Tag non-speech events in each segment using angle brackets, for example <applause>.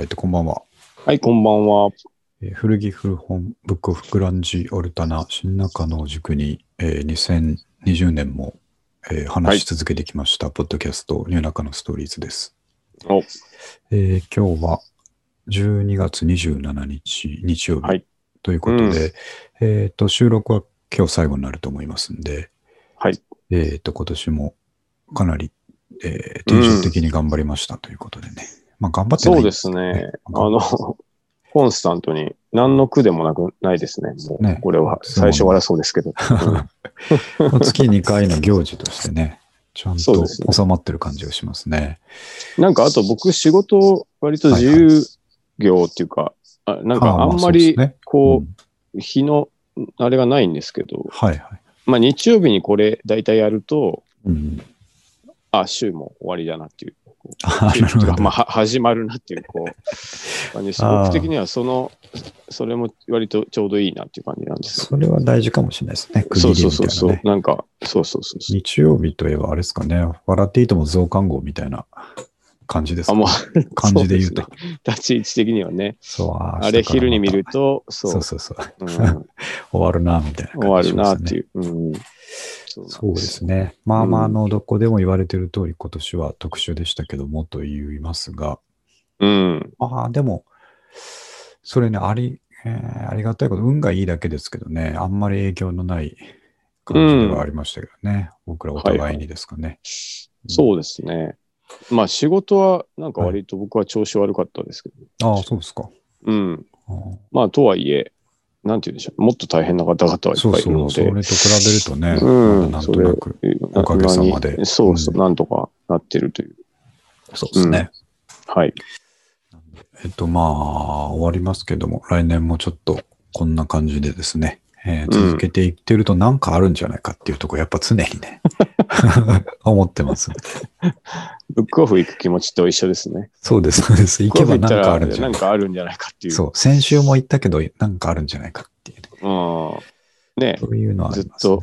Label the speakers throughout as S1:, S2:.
S1: えてこんばんは。
S2: はい、こんばんは。
S1: えー古着古本ブックオフグランジオルタナ新中野を軸に、えー2020年も、えー話し続けてきました、ポッドキャストニューナカのストーリーズです、
S2: お
S1: えー今日は12月27日日曜
S2: はい
S1: 日ということで、えっ、と収録は今日最後になると思いますんで、
S2: はい。
S1: えっ、と今年もかなり、えー定常的に頑張りましたということでね。まあ頑張ってない
S2: そうですね。あ
S1: <laughs>
S2: の、コンスタントに何の苦でもなくないですね。も
S1: ね
S2: う、これは
S1: そう
S2: 最初からそうですけど。
S1: まあ月2回の行事としてね、ちゃん
S2: そう
S1: と
S2: ですね
S1: 収まってる感じがしますね。
S2: なんか、あと僕、仕事、割と自由業っていうか、あなんか、
S1: はま
S2: あんま
S1: そう
S2: り
S1: で、すねう
S2: こ
S1: ん
S2: う、日の、あれがないんですけど、
S1: はいはい。
S2: まあ、日曜日にこれ、大体やると、
S1: うん、
S2: あ、週も終わりだなっていう。こう <laughs>
S1: あ
S2: 週
S1: なるほど
S2: まあ、は始まるなってい
S1: <laughs>
S2: う、こう、感じです
S1: あー
S2: 僕的には、その、それも割とちょうどいいなっていう感じなんですよ
S1: それは大事かもしれないですね。区
S2: そう
S1: 切り
S2: そう
S1: みた
S2: そ
S1: いうな
S2: そう
S1: ね。。
S2: なんか、そうそうそうそう。
S1: 日曜日といえばあれですかね、笑っていいとも増刊号みたいな感じです
S2: あ、
S1: か、
S2: もう、
S1: 感じで言うと
S2: <laughs> そ。立ち位置的にはね、
S1: そう、あー
S2: あれ昼に見る。と、
S1: 明日
S2: そ
S1: からまた、そ
S2: う
S1: うそうそう。 <laughs>
S2: うん、
S1: 終わるな、みたいな
S2: 終わ
S1: 感じ
S2: る
S1: しま
S2: な
S1: すね。
S2: っていう。うん、そうな
S1: そ
S2: ん
S1: う
S2: で。
S1: ですすね。まあまあ、
S2: うん
S1: あの、どこでも言われてる通り、今年は特殊でしたけども、と言いますが、
S2: うん。
S1: ああ、でも、それね、あり、えーありがたいこと、運がいいだけですけどね、あんまり影響のない感じではありましたけどね、僕らお
S2: はいは
S1: 互い
S2: い
S1: にですかね。
S2: そうですね。まあ仕事は、なんか割と僕は調子悪かったですけど、
S1: ああ、そうですか。
S2: うん。
S1: あー
S2: まあとはいえ、なんて言うんでしょう、もっと大変な方々はい
S1: そ
S2: っ
S1: う
S2: ぱいいる
S1: そ
S2: の
S1: う、それ
S2: で
S1: と、比べるとね、
S2: う
S1: ま
S2: ん
S1: だなんとなく、
S2: な
S1: おかげさまで
S2: なにそうそう、
S1: うん
S2: なんとかなってるという。
S1: そうですね。
S2: はい。
S1: えっと、まあ、終わりますけども、来年もちょっとこんな感じでですね、えー
S2: うん
S1: 続けていってるとなんかあるんじゃないかっていうところ、やっぱ常にね、 <laughs> 思ってます。
S2: ブックオフ行く気持ちと一緒ですね。
S1: そうです、そうです。行
S2: ブッ
S1: け
S2: クオフ
S1: ば
S2: 行
S1: な
S2: っ
S1: んか
S2: た
S1: らあるんじゃな
S2: ないん
S1: か。
S2: かあるんじゃないかっていう。
S1: そう、先週も言ったけど、なんかあるんじゃないかっていうね、
S2: うん。ね
S1: そういうのはありますね
S2: ずっと。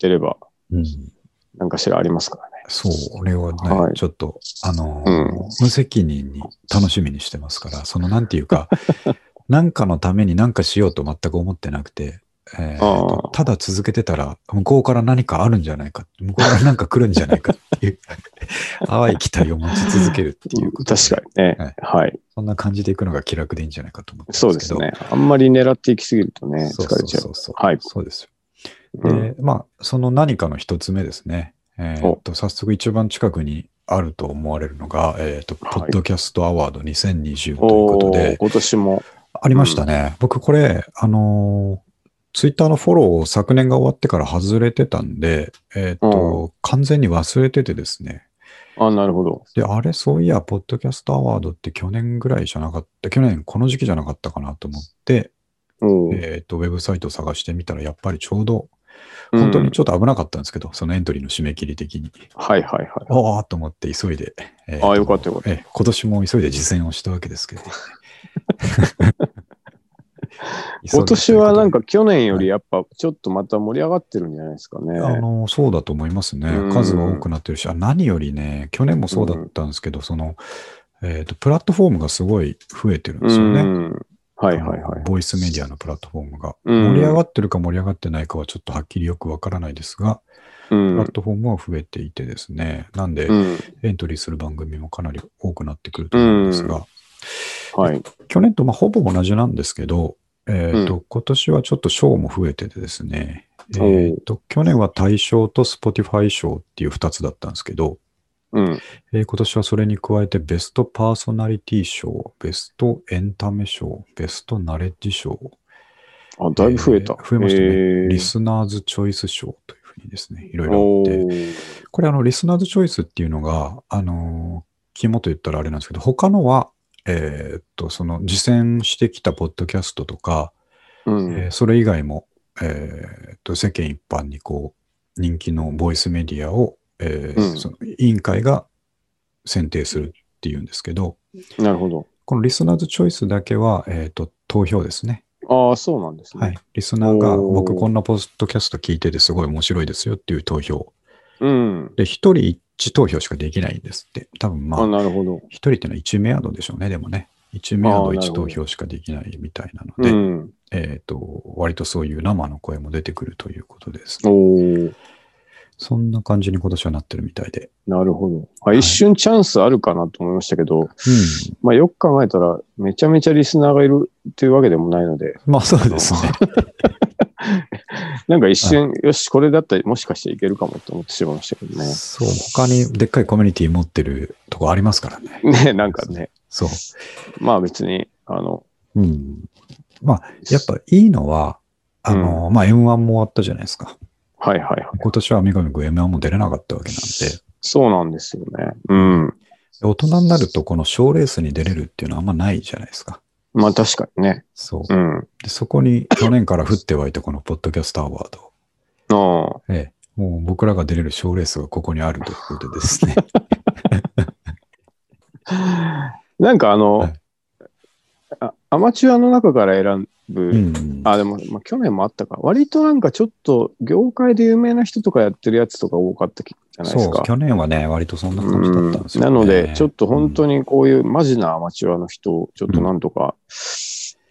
S2: 出れば、
S1: うん、
S2: なんかしらありますからね。
S1: そう、俺はね、
S2: はい
S1: ちょっと、あのー
S2: うん
S1: 無責任に楽しみにしてますから、そのなんていうか、 <laughs> なんかのために何かしようと全く思ってなくて、えー
S2: ああ
S1: ただ続けてたら、向こうから何かあるんじゃないか、向こうから何か来るんじゃないかってい
S2: <laughs>
S1: う、淡い期待を持ち続けるっていうことで
S2: 確かにね。はい。
S1: そんな感じでいくのが気楽でいいんじゃないかと思ってますけ
S2: そ
S1: ど。
S2: うですね。あんまり狙っていきすぎるとね、
S1: そう
S2: 疲
S1: そ
S2: れ
S1: う
S2: ちゃう。
S1: そうそう。
S2: はい
S1: そうですよ。
S2: う
S1: で、
S2: ん
S1: まあ、その何かの一つ目ですね。えーっと、早速一番近くにあると思われるのが、えーっと、
S2: はい
S1: ポッドキャストアワード2020ということ
S2: お
S1: で、
S2: ー今年も。
S1: ありましたね。僕これ、あのーツイッターのフォローを昨年が終わってから外れてたんで、えーっと、完全に忘れててですね。
S2: あ、なるほど。
S1: で、あれ、そういや、ポッドキャストアワードって去年ぐらいじゃなかった、去年この時期じゃなかったかなと思って、
S2: おー
S1: えーっと、ウェブサイト探してみたら、やっぱりちょうど本当にちょっと危なかったんですけど、そのエントリーの締め切り的に。
S2: うんはいはいはい。
S1: ああと思って急いで。え
S2: ああよかったよかった
S1: ええ今年も急いで実践をしたわけです
S2: <laughs>
S1: けど。
S2: 今年はなんか
S1: 急
S2: 去年よりやっぱちょっとまた盛り上がってるんじゃないですかね。
S1: いであの、そうだと思いますね
S2: う。ん
S1: 数は多くなってるし、あ何よりね、去年もそうだったんですけど、その、えっ、と、プラットフォームがすごい増えてるんで
S2: う
S1: すよね。
S2: ん。はいはいは
S1: あの
S2: い。
S1: ボイスメディアのプラットフォームが。
S2: うん
S1: 盛り上がってるか盛り上がってないかはちょっとはっきりよくわからないですが、
S2: う
S1: プ
S2: ん
S1: ラッ。トフォームは増えていてですね。なんで、
S2: うん。
S1: エントリーする番組もかなり多くなってくると思うんですが、
S2: はい。
S1: 去年とまあほぼ同じなんですけど、えーと今年はちょっと賞も増えててですね、え
S2: おう
S1: ーと去年は大賞と Spotify 賞っていう2つだったんですけど、
S2: うん。
S1: えー今年はそれに加えてベストパーソナリティ賞、ベストエンタメ賞、ベストナレッジ賞、
S2: あ、だいぶ増えた。
S1: えー増えましたね
S2: へー
S1: リスナーズチョイス賞というふうにですね、いろいろ
S2: お
S1: あって、
S2: ー
S1: これあの、リスナーズチョイスっていうのが、あのー肝と言ったらあれなんですけど、他のは、えーっと、その実践してきたポッドキャストとか、
S2: うん
S1: えーそれ以外も、えーっと、世間一般にこう、人気のボイスメディアを、えー
S2: うん
S1: その委員会が選定するっていうんですけど、
S2: なるほど。
S1: このリスナーズチョイスだけは、えーっと、投票ですね。
S2: ああ、そうなんですね。
S1: はい。リスナーが、
S2: おー
S1: 僕こんなポッドキャスト聞いててすごい面白いですよっていう投票
S2: うん。
S1: で、一人一地投票しかできないんですって。多分ま
S2: あ、
S1: あ、
S2: なるほど。
S1: 一人ってのは1名アドでしょうね、でもね。1名アド
S2: あーなる
S1: 1
S2: ほど
S1: 投票しかできないみたいなの
S2: う
S1: で、
S2: ん。
S1: えっ、と、割とそういう生の声も出てくるということです。
S2: おー
S1: そんな感じに今年はなってるみたいで。
S2: なるほど。あ
S1: い
S2: 一瞬チャンスあるかなと思いましたけど、
S1: うん。
S2: まあよく考えたら、めちゃめちゃリスナーがいるというわけでもないの
S1: <laughs>
S2: で、
S1: まあそうですね。
S2: なんか一瞬、よし、これだったらもしかしていけるかもと思ってしまいましたけどね。
S1: そう、他にでっかいコミュニティ持ってるとこありますからね。
S2: ね、なんかね、
S1: そう。
S2: まあ別に、あの、
S1: うん。まあ、やっぱいいのは、あの、まあ M1 も終わったじゃないですか。
S2: はいはいはい。
S1: 今年はミガミ君 M1 も出れなかったわけなんで、
S2: そうなんですよね。うん。
S1: 大人になるとこの賞ーレースに出れるっていうのはあんまないじゃないですか。
S2: まあ確かにね。
S1: そう。
S2: うん。あ
S1: でそこに去年から降って湧いたこのポッドキャストアワード。 <laughs>
S2: あ。
S1: ええ。もう僕らが出れる賞ーレースがここにあるということですね。
S2: なんかあの、
S1: はい
S2: あアマチュアの中から選ぶ、
S1: <laughs> うん。
S2: あ、でも、まあ、去年もあったか。割となんかちょっと、業界で有名な人とかやってるやつとか多かったきじゃないです
S1: そう、
S2: か。
S1: 去年はね、割とそんな感じだったんです
S2: うん
S1: よ、ね
S2: なので、ちょっと本当
S1: に、
S2: にこういうマジなアマチュアの人をちょっとなんとか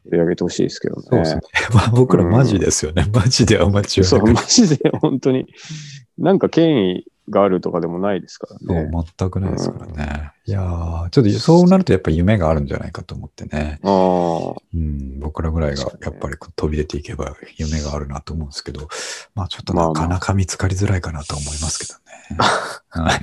S2: 取り上げてほしいですけど
S1: そうです
S2: ね
S1: ね。。 <laughs> まあ僕らマジですよね。 <laughs> マジでアマチュア
S2: そ
S1: だか
S2: う、
S1: ら
S2: マジで本当に、なんか権威があるとかでもないですからね。
S1: そう、全くないですからね。いやー、ちょっとそうなるとやっぱ夢があるんじゃないかと思ってね。
S2: ああ、
S1: うん、僕らぐらいが
S2: 確か
S1: やっ
S2: にね
S1: ぱりこう飛び出ていけば夢があるなと思うんですけど、まあちょっと
S2: まあま
S1: な
S2: あ
S1: かなか見つかりづらいかなと思いますけ <laughs> どね。はい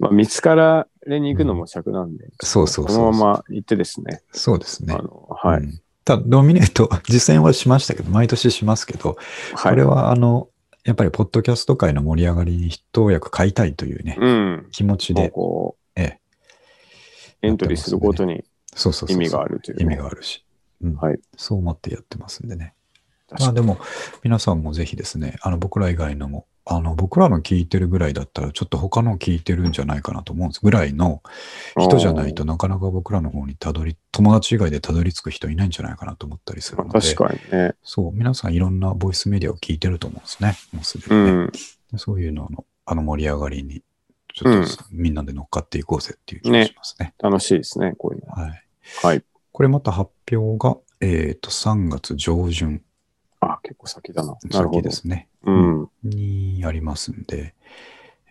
S2: まあ、見つかられに行くのも尺なんで、
S1: そうそうそう
S2: このまま行ってですね、
S1: そうですね
S2: あ。の、はい、
S1: うんただ、ノミネート、 <laughs> 実践はしましたけど、毎年しますけど、
S2: は
S1: これ
S2: い。
S1: はあの、やっぱりポッドキャスト界の盛り上がりに一役買いたいというね、
S2: うん。
S1: 気持ち
S2: もう
S1: で、
S2: こう、
S1: え
S2: エントリーすることに
S1: そうそうそう
S2: 意
S1: そう
S2: 味があるというね。
S1: 意味があるし、うん
S2: はい
S1: そう思ってやってますんでね。
S2: 確か
S1: まあ
S2: に
S1: でも、皆さんもぜひですね、あの僕ら以外のも、あの僕らの聞いてるぐらいだったら、ちょっと他の聞いてるんじゃないかなと思うんですぐらいの人じゃないとなかなか僕らの方にたどり、友達以外でたどり着く人いないんじゃないかなと思ったりす
S2: あー
S1: るので、
S2: 確かにね。
S1: そう、皆さんいろんなボイスメディアを聞いてると思うんですね、もうすで
S2: う
S1: にね。
S2: ん。
S1: でそういうのの、あの盛り上がりに、ちょっとみんなで乗っかっていこうぜっていう気がしますね。
S2: 楽しいですね、こういうのは。
S1: はい。
S2: はい。
S1: これまた発表が、えっ、と、3月上旬、
S2: あ、結構先だな。なるほ
S1: 先
S2: ど
S1: で。すね。
S2: うん。
S1: にありますんで、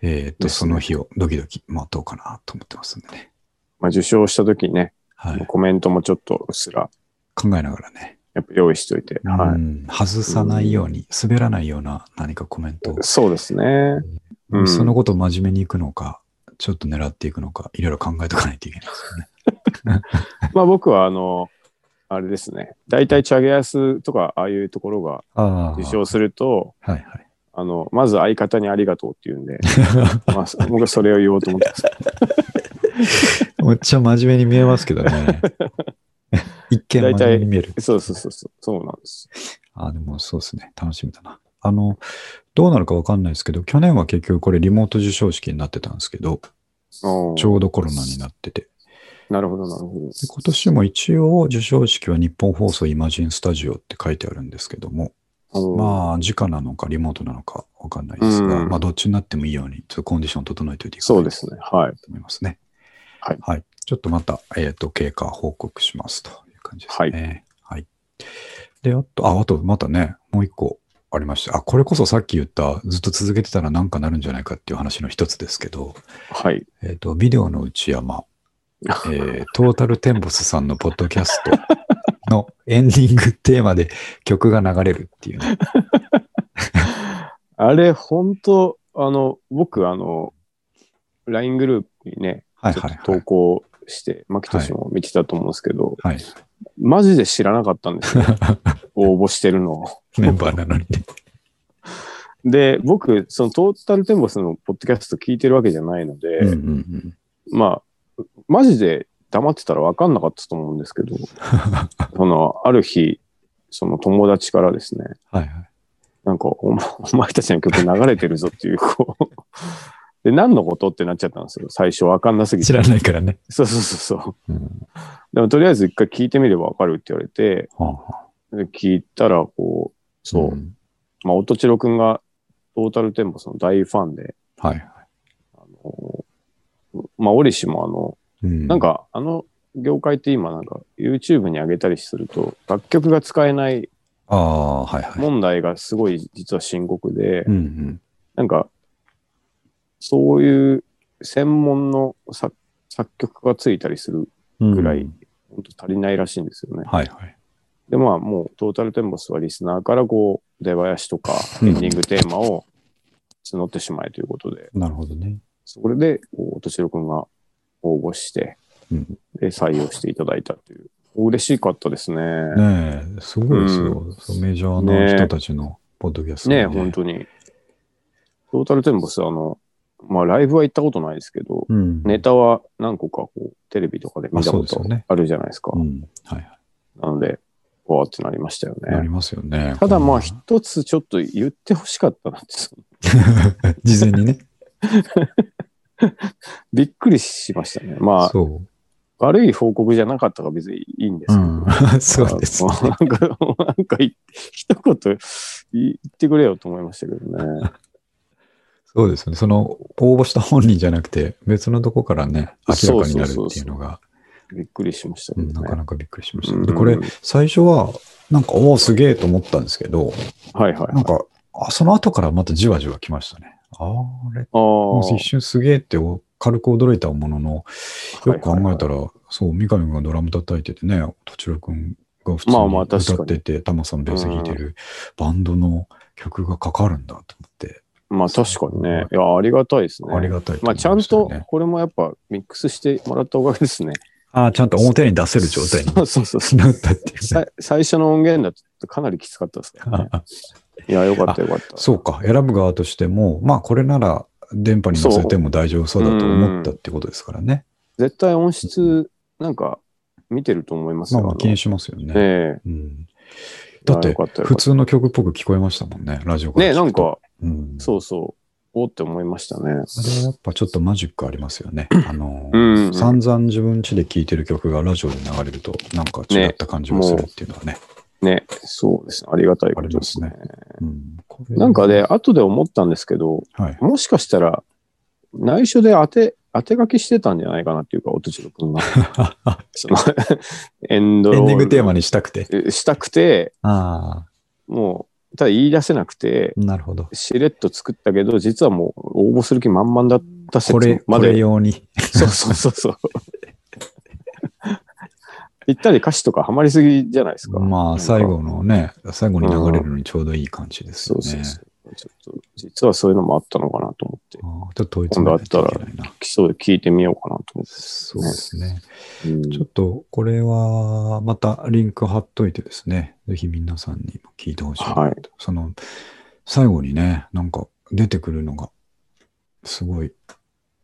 S1: えっ、と、
S2: です
S1: そ
S2: ね
S1: の日をドキドキ待とうかなと思ってますんでね。
S2: まあ、受賞した時にね、
S1: はい。
S2: コメントもちょっとうっすら、
S1: 考えながらね、
S2: やっぱ用意しといて。
S1: う
S2: は
S1: ん外さないように、滑らないような何かコメントを
S2: い。、そうで
S1: <laughs>
S2: すね。うん
S1: そのことを真面目にいくのか、ちょっと狙っていくのか、いろいろ考えとかないといけないですよね。
S2: まあ僕はあの、あれですね。大体チャゲアスとか、ああいうところが
S1: ああ。
S2: 受賞すると、
S1: はいはい。
S2: あの、まず相方にありがとうって言うん
S1: <laughs>
S2: で、まあ、僕はそれを言おうと思ってます。
S1: めっちゃ真面目に見えますけど <laughs> ね。一見真面目に見える。
S2: そうそうそうそう、そうなんです。
S1: あ、でもそうですね。楽しみだな。あの、どうなるかわかんないですけど、去年は結局これリモート授賞式になってたんですけど、
S2: おー
S1: ちょうどコロナになってて。で
S2: なるほど、なるほ
S1: 今年も一応授賞式は日本放送イマジンスタジオって書いてあるんですけども、
S2: ど。あ
S1: まあ、直なのかリモートなのかわかんないですが、
S2: うん
S1: まあ、どっちになってもいいように、ちょっとコンディション整えておいてい
S2: ー、
S1: か
S2: そ
S1: ないう
S2: ですね。はい。
S1: と思いますね。
S2: はい
S1: ちょっとまた、えっ、と、経過報告しますという感じですね。はい。で、あと、あ、あと、またね、もう一個ありました。あ、これこそさっき言った、ずっと続けてたらなんかなるんじゃないかっていう話の一つですけど、
S2: はい。
S1: えっ、と、ビデオの内山、え
S2: <laughs>
S1: ー、トータルテンボスさんのポッドキャストのエンディングテーマで曲が流れるっていうね。
S2: あれ、本当あの、僕、あの、LINE グループにね、
S1: はい
S2: ちょ
S1: はい
S2: っ
S1: は
S2: と投
S1: い。
S2: 稿して、牧俊も見てたと思うんですけど、
S1: はい、
S2: マジで知らなかったんで
S1: <laughs>
S2: すよ。応募してるのを。
S1: メンバーなのにね。
S2: で、僕、そのトータルテンボスのポッドキャスト聞いてるわけじゃないので、
S1: うんうんうん <laughs>
S2: まあ、マジで黙ってたら分かんなかったと思うんですけど、その、ある日、その友達からですね、
S1: はいはい。
S2: なんかお前、 <laughs> お前たちの曲流れてるぞっていう、こう。で、何のことってなっちゃったんですよ。最初分かんなすぎ
S1: 知
S2: て。
S1: らないからね。
S2: そうそうそうそう。
S1: うん
S2: でも、とりあえず一回聞いてみれば分かるって言われて、
S1: はあはあ
S2: で聞いたら、こう、そう。
S1: ん
S2: まあ、音千代くんがトータルテンボスの大ファンで、
S1: はいはい。
S2: まあ、折しもあの、
S1: うん。
S2: なん、かあの業界って今なんか YouTube に上げたりすると楽曲が使えない
S1: ああ、はいはい。
S2: 問題がすごい実は深刻で
S1: う、んうん。
S2: なんかそういう専門の作作曲がついたりする
S1: うん
S2: ぐらい。本当足りないらしいんですよね。
S1: はいはい。
S2: でまあもうトータルテンボスはリスナーからこう出囃子とかエンディングテーマを募ってしまえということで、
S1: なるほどね。
S2: そこでこうとしろくんが応募して、
S1: うん
S2: で採用していただいたという。嬉しかったですね。
S1: ねえ、すごいですよ。そうメジャーな
S2: ね
S1: 人
S2: え
S1: たちのポッドキャスト
S2: ね本当に。トータルテンボス、あの、まあライブは行ったことないですけど、
S1: うん。
S2: ネタは何個かこうテレビとかで見た
S1: あそう
S2: こ
S1: ですよ
S2: と
S1: ね
S2: あるじゃないですか。
S1: うん。はいは
S2: なので、わーってなりましたよ
S1: い。なり
S2: ね。
S1: ますよね。
S2: ただま
S1: こ
S2: あ
S1: ん
S2: 一つちょっと言ってほしかったなって、その <laughs>
S1: な <laughs> 事前にね。
S2: びっくりしましたね。 <laughs> まあ、
S1: そ
S2: 悪い報告じゃなかったから別にいいんです
S1: う。う
S2: けど。
S1: ん。 <laughs> そうですね。
S2: あの <laughs> なんか、なんかい、一言言言ってくれよと思いましたけど
S1: <laughs>
S2: ね。
S1: そうですね。その、応募した本人じゃなくて、別のとこからね、明らかになるっていうのが、
S2: びっくりしましたけ
S1: う
S2: ど
S1: ん
S2: ね。
S1: なかなかびっくりしました。
S2: うん
S1: で、これ、最初は、なんか、おお、すげえと思ったんですけど、
S2: はいはい。
S1: なんか、あその後からまたじわじわ来ましたね。あれ、
S2: あ
S1: 一瞬すげえってお軽く驚いたものの、
S2: あ。
S1: よく考えた
S2: ら。
S1: ら、そう、三上君がドラム叩いててね、とちろくんが普通
S2: まあまあ
S1: に
S2: 確かに
S1: 歌ってて、タマさんベース弾いてるバンドの曲がかかるんだと思って、
S2: まあ確かにね。いや、ありがたいですね。
S1: ありがたいと思
S2: まあ
S1: い
S2: ちゃん
S1: ましたよ
S2: と
S1: ね。、
S2: これもやっぱミックスしてもらったおかげですね。
S1: ああ、ちゃんと表に出せる状
S2: <laughs>
S1: 態に
S2: そうそうそう。
S1: なったっていうね。
S2: さ最初の音源だとかなりきつかったですからね。いや、よかったよかっ
S1: <laughs>
S2: た。
S1: そうか、選ぶ側としても、まあこれなら電波に乗せても大丈夫そうだと思ったってことですからね。
S2: 絶対音質、なんか、見てると思います
S1: ま
S2: よ
S1: あまあ
S2: の
S1: 気にしますよね。
S2: ええ
S1: うん、だっ
S2: いや
S1: て
S2: よかたよか
S1: 普
S2: った
S1: 通の曲っぽく聞こえましたもんね、ラジオから
S2: ね
S1: 聞く
S2: な
S1: と
S2: んか、
S1: うん、
S2: そうそう、おーって思いましたね。
S1: あれはやっぱちょっとマジックありますよ
S2: <laughs>
S1: ね。あの、
S2: うんうん
S1: 散々自分家で聴いてる曲がラジオで流れると、なんか違った感じがするっていうのはね。
S2: ね、そうですね。ありがたいことですね。
S1: ありうんこれ
S2: なんかね、後で思ったんですけど、
S1: はい。
S2: もしかしたら、内緒で当て、当て書きしてたんじゃないかなっていうか、おとちろ
S1: <laughs>
S2: くんが。その、エンド
S1: エ
S2: ロ
S1: ンディングテー
S2: ー
S1: マにしたくて。
S2: ルしたくて、
S1: あ
S2: もう、ただ言い出せなくて、
S1: あ、なるほど。
S2: しれっと作ったけど、実はもう応募する気満々だった説
S1: これ、
S2: ま
S1: こ
S2: で
S1: れ用に。
S2: <laughs> そうそうそうそう。ぴったり歌詞とかハマりすぎじゃないですか。
S1: まあ、
S2: なんか
S1: 最後のね、最後に流れるのにちょうどいい感じです
S2: そ
S1: よ
S2: うそう
S1: ね。
S2: そう。ちょっと、実はそういうのもあったのかなと思って、
S1: ああちょっと統一なきゃいけないな。
S2: 基礎で聞いてみようかなと思
S1: そうですね。
S2: って。うん
S1: ちょっと、これは、またリンク貼っといてですね、ぜひ皆さんにも聞いてほしいなと、
S2: はい
S1: その、最後にね、なんか出てくるのが、すごい、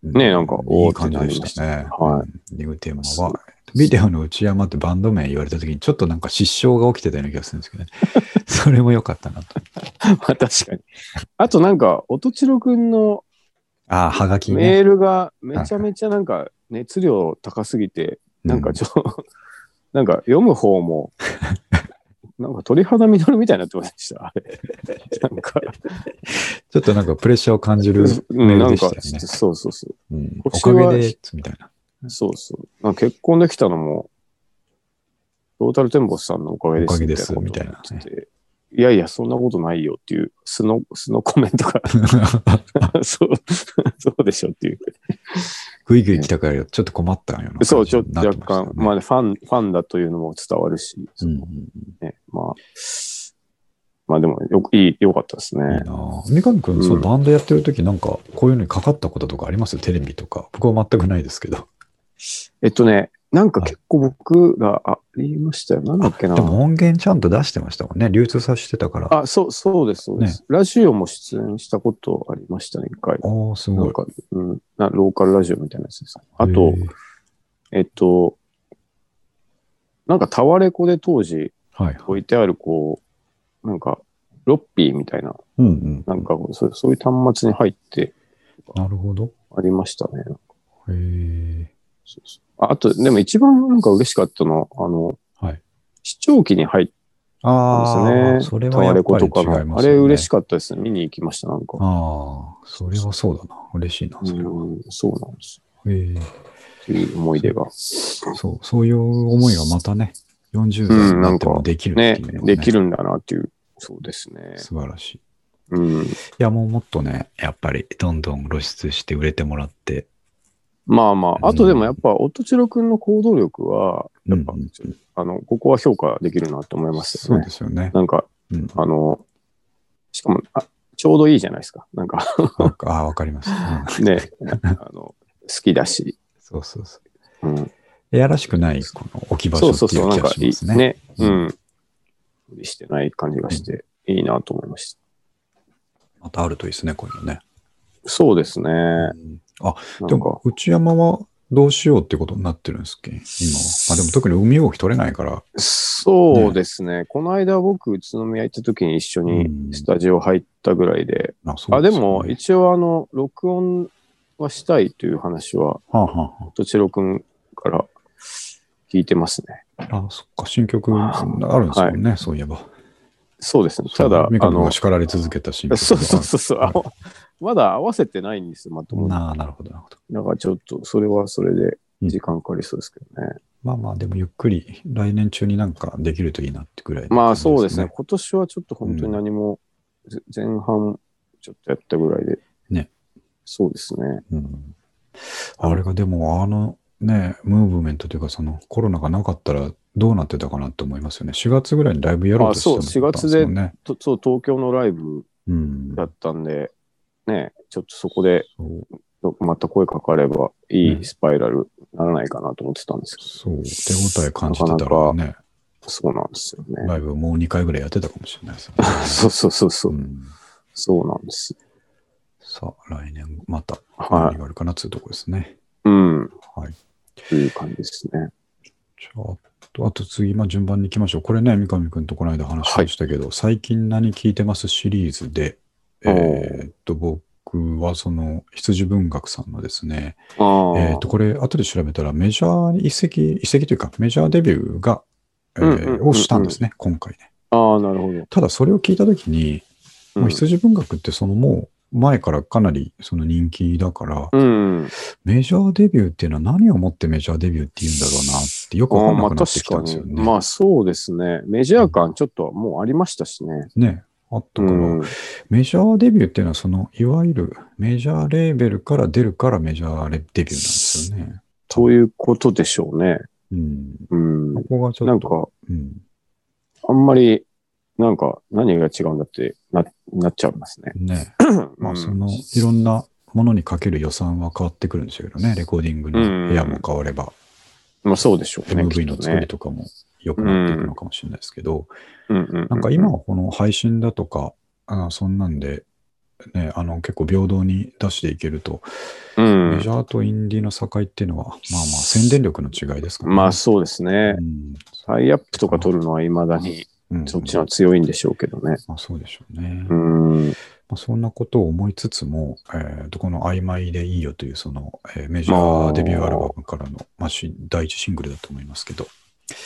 S2: ねえなんか
S1: い
S2: おー
S1: い
S2: って
S1: 感じ
S2: な
S1: で
S2: りま
S1: し
S2: したた
S1: ね。。
S2: はい
S1: リングテーマ
S2: そう
S1: は、ビデオの内山ってバンド名言われた時に、ちょっとなんか失笑が起きてたような気がするんですけどね。 <laughs> それも良かったなと。
S2: まあ確かに。あとなんか、音千代くんの
S1: ああ、はがきね。
S2: メールがめちゃめちゃなんか熱量高すぎて、なんかちょっと、 <laughs> なんか読む
S1: <laughs>
S2: 方も、なんか鳥肌実るみたいになってませんでした。あれ。なんか、
S1: うんちょっとなんかプレッシャーを感じるメールでしたよ
S2: うんなん
S1: ね
S2: か、。そうそうそ
S1: うん、お
S2: 腰
S1: か
S2: は
S1: げで、みたいな。
S2: う。そうそう。なんか結婚できたのも、トータルテンボスさんのおかげです。
S1: おかげです
S2: ことを言ってていやいや、そんなことないよっていう、素の、素のコメントが、 <laughs> そう、そうでしょっていう。
S1: ぐいぐい来たから、ちょっと困ったような感じになてましたね。
S2: そう、ちょっと若干、まあ、ファン、ファンだというのも伝わるし、
S1: うんうん
S2: ね、まあ、まあでも、よく、いい、よかったですね。
S1: いいなあ三上君、そううんバンドやってる時なんか、こういうのにかかったこととかありますテレビとか。僕は全くないですけど。
S2: えっとね、なんか結構僕がありましたよ。なんだっけな
S1: で。も音源ちゃんと出してましたもんね。流通させてたから。あ
S2: あ、そう、そうです、そうです。ラジオも出演したことありましたね、一回。
S1: あ、す
S2: な
S1: ごい
S2: ん。か、うん、なローカルラジオみたいなやつです。あ
S1: へ
S2: と
S1: え、
S2: えっと、なんかタワレコで当時
S1: はい。
S2: 置いてある、こう、なんか、ロッピーみたいな、
S1: うんうん。
S2: なんかそう、そういう端末に入って
S1: なるほど。
S2: ありましたね。
S1: へえ。
S2: そうそうああと、でも一番なんか嬉しかったのは、あの、
S1: はい。
S2: 視聴器に入っ
S1: あ
S2: そう
S1: あ、
S2: ですね
S1: それ
S2: タ
S1: はや
S2: ワレ
S1: っ
S2: コ
S1: ぱり違
S2: と
S1: い
S2: かが、
S1: ま
S2: あ
S1: すよね。
S2: れ嬉しかったですね。見に行きました、なんか。
S1: ああ、それはそうだな。嬉しいな、
S2: う
S1: それは。
S2: ん、そうなんです。
S1: ええ
S2: という思い出が。
S1: そう、そういう思いがまたね、40代になってもできる
S2: ね
S1: っていうのが、
S2: できるんだなっていう。そうですね。
S1: 素晴らしい。い
S2: うん。
S1: や、もうもっとね、やっぱりどんどん露出して売れてもらって、
S2: まあま
S1: うん
S2: あ、あとでもやっぱ、音千代くんの行動力は、やっぱ、
S1: うん
S2: あの、ここは評価できるなって思います
S1: そ
S2: よ
S1: う
S2: ね
S1: で。すよね。
S2: なんか、
S1: うん、
S2: あの、しかも、あちょうどいいじゃないですか。なんか
S1: わかあーわかります、うん <laughs>
S2: ね、あの、好きだし。
S1: そうそうそう。
S2: うん、
S1: やらしくないこの置き場
S2: そ
S1: 所っ
S2: うそう
S1: てい
S2: そう、
S1: う
S2: なん
S1: 気が
S2: か
S1: し
S2: い
S1: ます
S2: い
S1: ね。
S2: ね。
S1: う
S2: うんん。無理してない感じがして、いいなと思いました。
S1: またあるといいですね、こういうのね。
S2: そうですね。
S1: うんあ、
S2: な
S1: で
S2: んか
S1: も、、内山はどうしようってことになってるんですっけ今は。まあでも特に海動き取れないから、
S2: そうですね。この間僕、宇都宮行った時に一緒
S1: うん
S2: にスタジオ入ったぐらいで、
S1: あ、そう
S2: あ、です
S1: よね
S2: も、一応、あの、録音はしたいという話は、
S1: はあ、はあは
S2: とちろくんから聞いてますね。
S1: あ、あ、そっか、新曲あるんですもんね、そういえば。
S2: そうですね。ただ、
S1: 三上
S2: あ
S1: 君
S2: の
S1: が、叱られ続けた新曲が
S2: <laughs> そうそうそうそう
S1: あ
S2: あの。まだ合わせてないんですよ、まともに。
S1: なあ、なるほど、なるほど。
S2: なんかちょっと、それはそれで時間かかりそうですけどね。
S1: まあまあ、でもゆっくり、来年中になんかできるといいなってぐらい、
S2: まあそうですね。。今年はちょっと本当に何も、ぜ前半ちょっとやったぐらいで。
S1: ね。
S2: そうですね。
S1: うん、あれがでも、あのね、ムーブメントというか、そのコロナがなかったらどうなってたかなって思いますよね。4月ぐらいにライブやろうとして
S2: あそう
S1: たんすよね。
S2: とそう、東京のライブ
S1: うん。
S2: だったんで、ね、ちょっとそこで
S1: そう
S2: また声かかればい
S1: うん
S2: いスパイラルにならないかなと思ってたんですけど、
S1: そう、手応え感じてたらね、
S2: そうなんですよね。
S1: ライブもう2回ぐらいやってたかもしれないですよ
S2: <laughs> そうそうそうそう。
S1: ね。うん
S2: そうなんです。
S1: さあ、来年また
S2: は
S1: 何
S2: い。
S1: があるかなっていうとこですね。
S2: うん。
S1: はい。
S2: という感じですね。
S1: じゃあ、あとあと次、まあ、順番に行きましょう。これね、三上君とこの間話しましたけど、最近何聞いてますシリーズで、え
S2: おー
S1: ーっと、僕はその羊文学さんのですね、
S2: ああ。
S1: えーっと、これ、後で調べたらメジャーに移籍、移籍というか、メジャーデビューが、えー
S2: うんうんうんうん
S1: をしたんですね、今回ね。
S2: ああ、なるほど。
S1: ただ、それを聞いたときに、
S2: う
S1: もうん羊文学ってそのもう前からかなりその人気だから、
S2: うん。
S1: メジャーデビューっていうのは何をもってメジャーデビューっていうんだろうなってよくわかんなくなってきたんですよ
S2: あーまあ確
S1: ね。
S2: かにまあそうですね。メジャー感ちょっともうありましたしね。
S1: ね、あった
S2: う
S1: から、
S2: ん。
S1: メジャーデビューっていうのは、その、いわゆるメジャーレーベルから出るからメジャーレデビューなんですよね。
S2: ということでしょうね。
S1: うん。
S2: う
S1: こ。
S2: ん
S1: こがち
S2: な
S1: ょっ
S2: ん
S1: と、
S2: か、
S1: うん、
S2: あんまり、なんか、何が違うんだってな、なっちゃいますね。
S1: ね、 <clears throat> ま
S2: う
S1: あ、
S2: ん
S1: その、いろんなものにかける予算は変わってくるんですけどね、レコーディングの部屋も変われば、
S2: まあそうでしょうね。き
S1: MV の
S2: っとね
S1: 作りとかも良くなっていくのかもしれないですけど、
S2: うんうん。
S1: なんか今はこの配信だとか、あそんなんで、ね、あの結構平等に出していけると、
S2: うん、
S1: メジャーとインディーの境っていうのは、まあまあ宣伝力の違いですからね。
S2: まあそうですね。
S1: うん
S2: タイアップとか取るのは未だに
S1: うん
S2: そっちの方が強いんでしょうけどね。
S1: まあ、そうでしょうね。
S2: う
S1: ま
S2: ん。
S1: あ、そんなことを思いつつも、えーとこの「曖昧でいいよ」というその、えーメジャーデビューアルバムからの、まあ、し第一シングルだと思いますけど、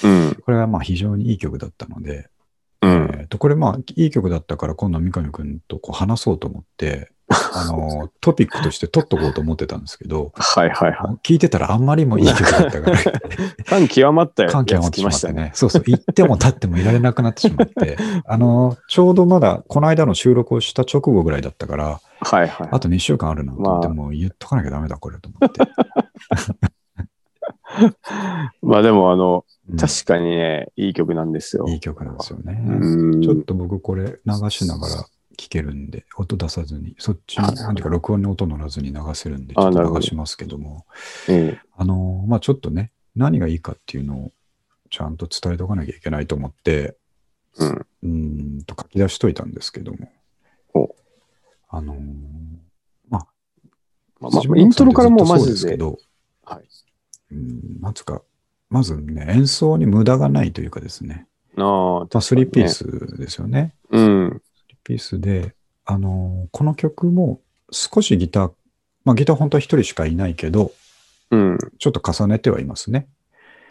S2: うん。
S1: これはまあ非常にいい曲だったので、
S2: うん。
S1: えーとこれまあいい曲だったから今度三上君とこう話そうと思って、
S2: <laughs>
S1: あのトピックとして取っとこうと思ってたんですけど、
S2: はいはいは
S1: 聞いてたらあんまりもいい曲だったから。
S2: い。感極ま <laughs> ったよ。
S1: 関係を持
S2: や
S1: っ
S2: つ
S1: て
S2: き
S1: しま
S2: ま
S1: っ
S2: してた
S1: ね
S2: ね。。
S1: そうそう、行っても立ってもいられなくなってしま
S2: <laughs>
S1: って、あの、ちょうどまだ、この間の収録をした直後ぐらいだったから、
S2: はいはい。
S1: あと2週間あるなと思って、
S2: まあ
S1: もう言っとかなきゃダメだ、これと思
S2: <laughs>
S1: って。
S2: まあでもあの、
S1: うん
S2: 確かにね、いい曲なんですよ。
S1: いい曲なんですよね。
S2: うん
S1: ちょっと僕これ流しながら聴けるんで、音出さずに、そっち、
S2: あ
S1: なんていうか録音に音乗らずに流せるんで、ち
S2: あ
S1: ょっ
S2: なるほ
S1: と
S2: ど
S1: 流しますけども、
S2: ええ
S1: あの、まあちょっとね、何がいいかっていうのをちゃんと伝えておかなきゃいけないと思って、
S2: うん。
S1: うーんと書き出しといたんですけども。
S2: ほ
S1: あのー
S2: まあま
S1: 辻
S2: あ、
S1: 村
S2: イン
S1: さ
S2: ト
S1: ん
S2: ロからもうマ
S1: ずっとそう
S2: ジ
S1: すけ
S2: で。
S1: ど、
S2: はい。
S1: うん、なんつうか、まずね、演奏に無駄がないというかですね、
S2: ああ、
S1: まあ、スリーピー
S2: ね。
S1: スですよね。
S2: うん。
S1: スリーピースで、あのーこの曲も少しギター、まあギター本当は一人しかいないけど、
S2: うん。
S1: ちょっと重ねてはいますね。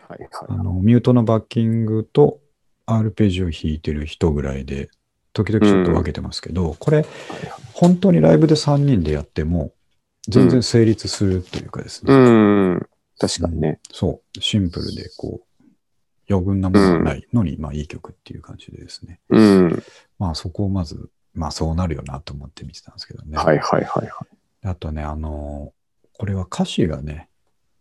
S2: はい
S1: あ
S2: は
S1: のミュートのバッキングと、あアルペジオ弾いてる人ぐらいで、時々ちょっと分けてますけど、これ、本当にライブで3人でやっても、全然成立するというかですね、
S2: うん。確かにね。
S1: そう、シンプルで、こう、余分なものがないのに、まあいい曲っていう感じでですね。
S2: うん。
S1: まあそこをまず、まあそうなるよなと思って見てたんですけどね。
S2: はいはいはいは
S1: あとね、あのーこれは歌詞がね、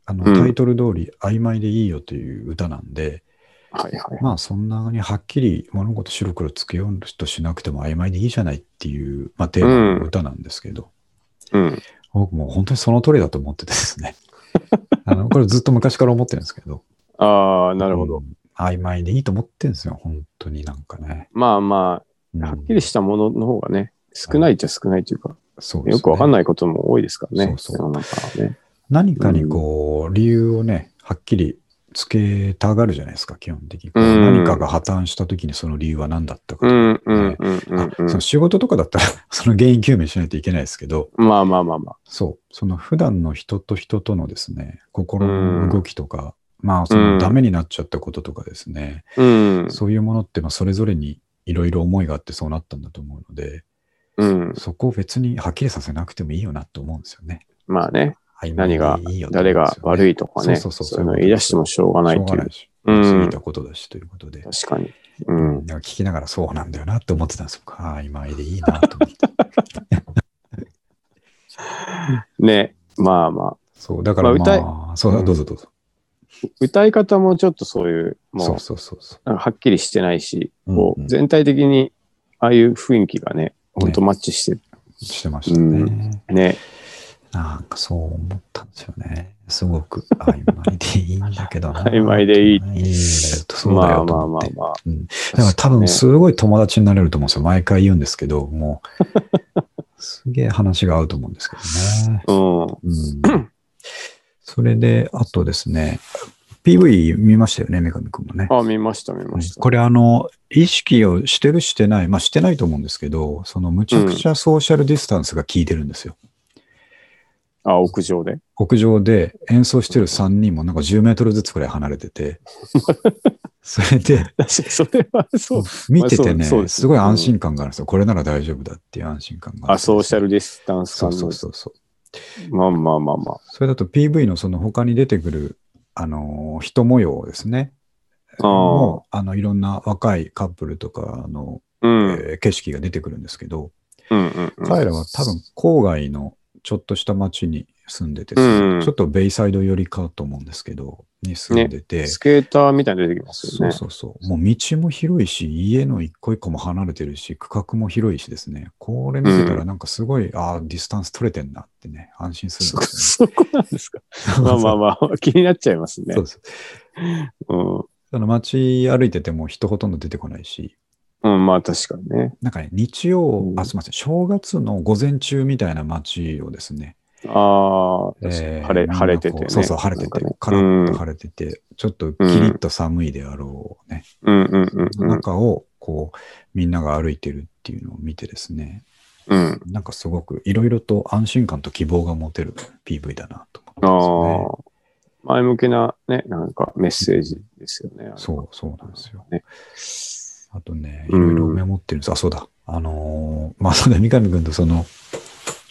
S1: あの
S2: うん
S1: タイトル通り曖昧でいいよという歌なんで、
S2: い。はいはい。
S1: まあそんなにはっきり物事白黒つけようとしなくても曖昧でいいじゃないっていう、まあ、テーマの歌なんですけど、
S2: うん。
S1: 僕もう本当にその通りだと思ってです
S2: <laughs>
S1: ね。あのこれずっと昔から思ってるんですけど。
S2: ああ、なるほど。
S1: うん。曖昧でいいと思ってるんですよ、本当になんかね。
S2: まあま
S1: うん
S2: あ、はっきりしたものの方がね、少ないっちゃ少ないというか、
S1: そうですね
S2: よくわかんないことも多いですからね。
S1: そうそう
S2: 世の中はね。
S1: 何かにこう、理由をね、はっきりつけたがるじゃないですか、基本的に。
S2: うん
S1: 何かが破綻した時にその理由は何だったか
S2: う
S1: とか。
S2: んうんうんう
S1: あ
S2: んう
S1: そ
S2: ん
S1: の。仕事とかだったら、その原因究明しないといけないですけど、
S2: まあまあまあまあ。
S1: そう、その普段の人と人とのですね、心
S2: うん
S1: の動きとか、まあ、そうの
S2: ん
S1: ダメになっちゃったこととかですね、
S2: うん。
S1: そういうものって、まあ、それぞれにいろいろ思いがあってそうなったんだと思うので、
S2: うん。
S1: そこを別にはっきりさせなくてもいいよなと思うんですよね。
S2: まあね、
S1: 曖昧
S2: 何が
S1: でいいよと思うんで
S2: 誰
S1: す
S2: が
S1: よね
S2: 悪いとかね、
S1: そうそうそう
S2: いうの言い出してもしょうがな
S1: しょ
S2: いう
S1: が
S2: とい
S1: な
S2: う
S1: い。し、
S2: うん
S1: 過ぎたことだしということで、
S2: 確かに。うん。
S1: なんか聞きながらそうなんだよなって思ってたんですよ。ああ、今でいいなと思って。
S2: ね。まあま
S1: そう、だから、
S2: まあ
S1: ま
S2: 歌い
S1: あ、そうう、
S2: ん
S1: どうぞどうぞ。
S2: あ、歌い方もちょっとそういう、
S1: そ
S2: も、
S1: うそうそうそう
S2: なんかはっきりしてないし、こ
S1: うんう
S2: うん全体的に、ああいう雰囲気がね、ほんとマッチして
S1: う。してましたね。
S2: うね。
S1: なんかそう思ったんですよね。すごく曖昧でいいんだけどな。
S2: <laughs> 曖昧でいい
S1: いんだよと、そうだ
S2: ま
S1: よ
S2: あ
S1: と
S2: まあ
S1: 思
S2: ま
S1: って
S2: あ。まあ。
S1: うんだから多分すごい友達になれると思うんですよ。毎回言うんですけど、も
S2: <laughs>
S1: う、すげえ話が合うと思うんですけどね。
S2: うん。
S1: うんそれで、あとですね、PV 見ましたよね、三上くんもね。
S2: あ、見ました、見ました。
S1: これ、あの、意識をしてる、してない、まあ、してないと思うんですけど、その、むちゃくちゃソーシャルディスタンスが効いてるんですよ。
S2: あ、屋上で。 <laughs>
S1: 屋上で演奏してる3人も、なんか10メートルずつくらい離れてて、
S2: <laughs>
S1: それで、
S2: それはそう。
S1: 見てて
S2: まあ
S1: ね、
S2: そうそうです
S1: すごい安心感があるんですよ。これなら大丈夫だっていう安心感があるん
S2: あ、
S1: ですよ
S2: ソーシャルディスタンス
S1: そ
S2: 感
S1: う
S2: の
S1: そうそうそう。
S2: まあまあまあま
S1: それだと PV のその他に出てくる、あのー人模様ですね。
S2: あー
S1: もうあのいろんな若いカップルとかの、
S2: あ。うん。うん
S1: えー景色が出てくるんですけど、
S2: うんうん。
S1: 彼らは多分郊外のちょっとした町に住んでて、
S2: うん
S1: ちょっとベイサイド寄りかと思うんですけど、に住んでて、
S2: スケーターみたいに出てきます
S1: そ
S2: よ
S1: う
S2: ね。
S1: そうそう、もう道も広いし、家の一個一個も離れてるし、区画も広いしですね、これ見てたらなんかすごい、ああ、ディスタンス取れてんなってね、安心するん
S2: そ
S1: です
S2: そこなんですか。
S1: <laughs> よね。
S2: <laughs> まあまあまあ、気になっちゃいますね
S1: そう。です
S2: うん。
S1: あの街歩いてても人ほとんど出てこないし、
S2: うん、まあ確かにね。
S1: なんかね、日曜
S2: う、ん
S1: あ、すみません、正月の午前中みたいな街をですね、
S2: ああ、確かに
S1: えー
S2: 晴れ、
S1: みんなこう
S2: 晴れててね。
S1: そうそう、晴れてて、
S2: なん
S1: カ
S2: か
S1: ラ
S2: ね
S1: ッと晴れてて、ちょっとキリッと寒いであろうね、
S2: うんうんうん
S1: その
S2: うん
S1: 中をこう、みんなが歩いてるっていうのを見てですね、 <laughs>
S2: うん。
S1: なんかすごくいろいろと安心感と希望が持てる PV だなと
S2: あ
S1: 思って
S2: あ。前向きなね、なんかメッセージですよね
S1: ま。すね。そう、そうなんですよ。
S2: ね
S1: あとね、い
S2: うん
S1: ろいろメモってるんです。あ、そうだ。あのーまあ、そうだ、三上君とその、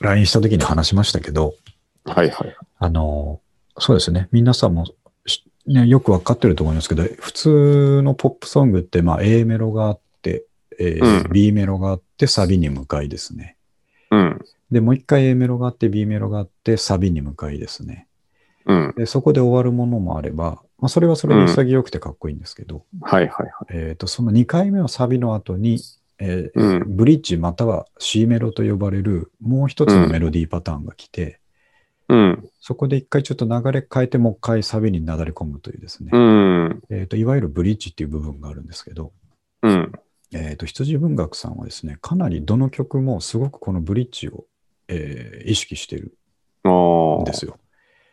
S1: LINE した時に話しましたけど、
S2: はいはい。
S1: あのーそうですね。皆さんもし、ね、よくわかってると思いますけど、普通のポップソングって、まあ、A メロがあって、えー
S2: うん
S1: B メロがあって、サビに向かいですね。
S2: うん。
S1: で、もう一回 A メロがあって、B メロがあって、サビに向かいですね。
S2: うん。
S1: で、そこで終わるものもあれば、まあ、それはそれで潔くてかっこいいんですけど、
S2: はいはいはい。
S1: えっ、と、その2回目のサビの後に、えー
S2: うん
S1: ブリッジまたは C メロと呼ばれるもう一つのメロディーパターンが来て、
S2: うん。
S1: そこで一回ちょっと流れ変えて、もう一回サビになだれ込むというですね、
S2: うん。
S1: えっ、と、いわゆるブリッジっていう部分があるんですけど、
S2: うん。
S1: えっ、と、羊文学さんはですね、かなりどの曲もすごくこのブリッジを、えー意識してる
S2: ああ。
S1: んですよ。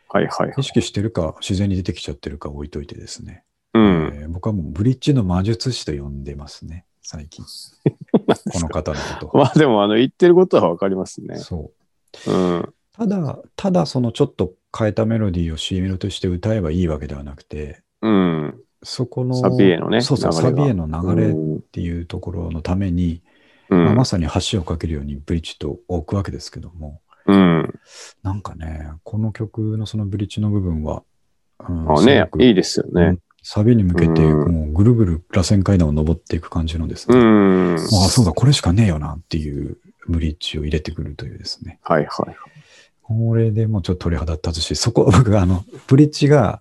S2: はいはいはい。
S1: 意識してるか、自然に出てきちゃってるか置いといてですね、
S2: うん。
S1: えー僕はもうブリッジの魔術師と呼んでますね、最
S2: <laughs>
S1: 近。この方のこと。
S2: まあでも、あの、言ってることはわかりますね。
S1: そう
S2: うん。
S1: ただ、ただそのちょっと変えたメロディーを C メロとして歌えばいいわけではなくて、
S2: うん。
S1: そこの、
S2: サビへのね
S1: そうそう、
S2: 流れ
S1: サ
S2: が
S1: ビへの流れっ
S2: うん
S1: ていうところのために、
S2: う
S1: まあ
S2: ん
S1: ま。さに橋を架けるようにブリッジと置くわけですけども、
S2: うん。
S1: なんかね、この曲のそのブリッジの部分は、うん
S2: あ
S1: す
S2: ね
S1: ご、く
S2: いいですよね。
S1: サビに向けて、
S2: うん
S1: もうぐるぐる螺旋階段を登っていく感じのです
S2: う
S1: ね、
S2: ん。はい
S1: ああ、そうだ、これしかねえよなっていうブリッジを入れてくるというですね。
S2: はい。
S1: これでもうちょっと鳥肌立つし、そこ、 <laughs> 僕、あの、ブリッジが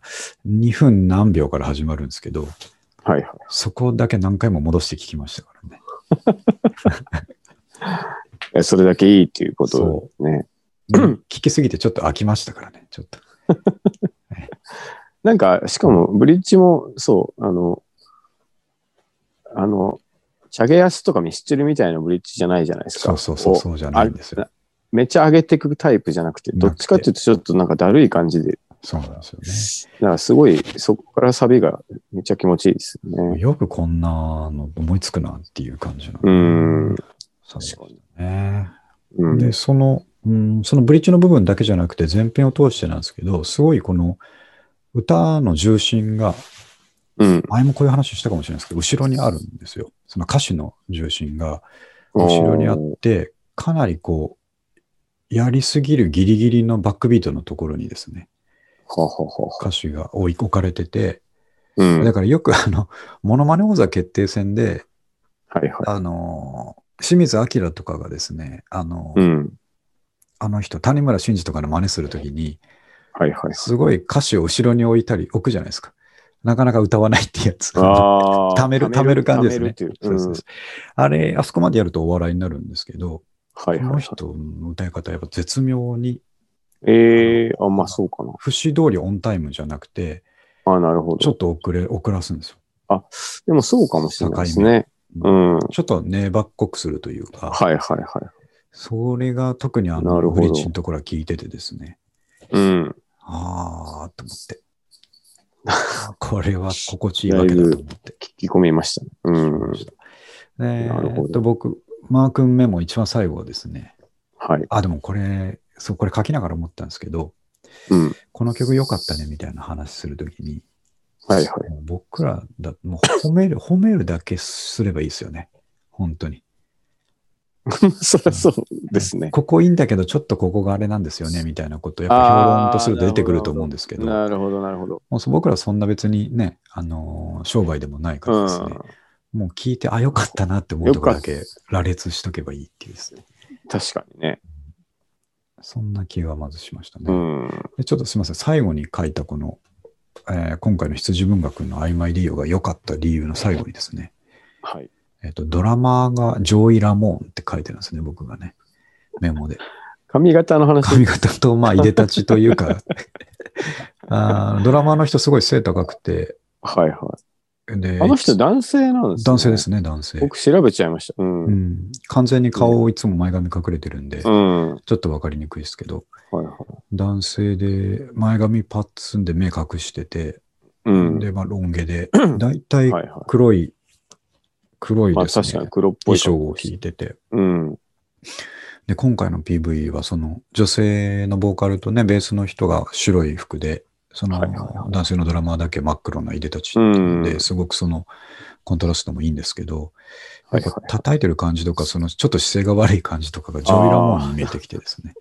S1: 2分何秒から始まるんですけど、
S2: はいはい。
S1: そこだけ何回も戻して聞きましたからね。
S2: えそれだけいいっていうこと
S1: そ
S2: ね。
S1: う。聞きすぎてちょっと飽きましたからね、ちょっと。
S2: なんか、しかも、ブリッジも、そう、あの、あの、チャゲアスとかミスチルみたいなブリッジじゃないじゃないです
S1: そ
S2: か。
S1: うそうそう、
S2: こ
S1: そうじゃないんですよ。
S2: うめっちゃ上げていくタイプじゃなくて、どっちかっていうと、ちょっとなんかだるい感じで、
S1: そうなんです
S2: なんかすごい、そこからサビがめっちゃ気持ちいいですよ
S1: よね。
S2: ね。
S1: よくこんなの思いつくなっていう感じの。
S2: うーん。
S1: そうです
S2: 確かに
S1: ね。
S2: うん。
S1: で、その、うん、そのブリッジの部分だけじゃなくて、前編を通してなんですけど、すごいこの歌の重心が、
S2: うん。
S1: 前もこういう話したかもしれないですけど、後ろにあるんですよ。その歌詞の重心が後ろにあって、かなりこう、やりすぎるギリギリのバックビートのところにですね、
S2: ほうほうほうほ
S1: 歌詞が置い置かれてて、
S2: う。うん。は
S1: だ
S2: い
S1: からよくあの、モノマネ王座決定戦で、
S2: はい。
S1: あの、清水明とかがですね、あの、
S2: うん。
S1: あの人、谷村新司とかの真似するときに、
S2: はい
S1: <laughs>
S2: はい。
S1: すごい歌詞を後ろに置いたり、置くじゃないですか。なかなか歌わないってやつ。
S2: ああ。
S1: 貯める、貯める感じですね。
S2: 貯めるってい。
S1: そうう
S2: うん
S1: そうそうあれ、あそこまでやるとお笑いになるんですけど、
S2: はい
S1: こ
S2: は
S1: の
S2: い。
S1: 人の歌い方、やっぱ絶妙に、
S2: ええあ、まあそうかな。
S1: 節通りオンタイムじゃなくて、
S2: あなるほど。
S1: ちょっと遅れ、遅らすんですよ。
S2: でもそうかもしれないですね。
S1: 境
S2: う
S1: 目
S2: ん。はい
S1: ちょっとね、バッコくするというか、
S2: はいはい。
S1: それが特にあ
S2: なる
S1: の、
S2: ほ
S1: ブ
S2: ど
S1: リッジのところは聞いててですね、
S2: うん。
S1: あーと思
S2: <laughs>
S1: って。あーこれは心地いいわけだと思って。
S2: 聞き込みましたね。うん。
S1: そうでしたえ
S2: なるほど
S1: ーっと、僕、マー君メモ一番最後はですね、
S2: はい。
S1: あ、でもこれ、そう、これ書きながら思ったんですけど、
S2: うん。
S1: この曲良かったねみたいな話するときに、 <laughs>
S2: はいはい。
S1: もう僕らだ、もう褒める、 <laughs> 褒めるだけすればいいですよね。本当に。
S2: そりゃそうですね。
S1: ここいいんだけど、ちょっとここがあれなんですよね、みたいなこと、やっぱ評論とすると出てくると思うんですけど、
S2: なるほど、なるほど。
S1: もう僕らはそんな別にね、あのー商売でもないからですね、
S2: う
S1: もう聞いて、あ、よかったなって思うところだけ羅列しとけばいいっていうですね。
S2: ん。確かにね。
S1: そんな気がまずしましたね。
S2: うん。
S1: でちょっとすみません、最後に書いたこの、えー今回の羊文学の曖昧利用が良かった理由の最後にですね、
S2: はい。
S1: えっ、と、ドラマーがジョイ・ラモーンって書いてるんですね、僕がね。メモ
S2: <laughs>
S1: で。
S2: 髪型の話。
S1: 髪型と、まあ、いでたちという
S2: <laughs>
S1: か、あードラマーの人すごい背高くて、
S2: はいは
S1: で、
S2: い。あの人男性なんですね
S1: 男性ですね、男性。
S2: 僕調べちゃいました。うん。
S1: う
S2: うん。
S1: ん、完全に顔をいつも前髪隠れてるんで、ちょ
S2: はい
S1: っとわかりにくいですけど、
S2: はい。
S1: 男性で前髪パッツンで目隠してて、
S2: うん。
S1: で、まあ、ロン毛で、だいたい
S2: はいは
S1: 黒い、黒
S2: い。
S1: い
S2: まあ
S1: ですね
S2: 確、かに黒っぽ
S1: 衣
S2: い。
S1: 装を引いてて、
S2: うん。
S1: で、今回の PV はその女性のボーカルとね、ベースの人が白い服で、その
S2: はいはいはい
S1: 男性のドラマーだけ真っ黒ないでたちっていうの
S2: う
S1: で、
S2: ん
S1: すごくそのコントラストもいいんですけど、や
S2: はい
S1: っ
S2: は
S1: ぱ。
S2: い
S1: 叩いてる感じとか、そのちょっと姿勢が悪い感じとかがジョイ・ラモーンに見えてきてですね。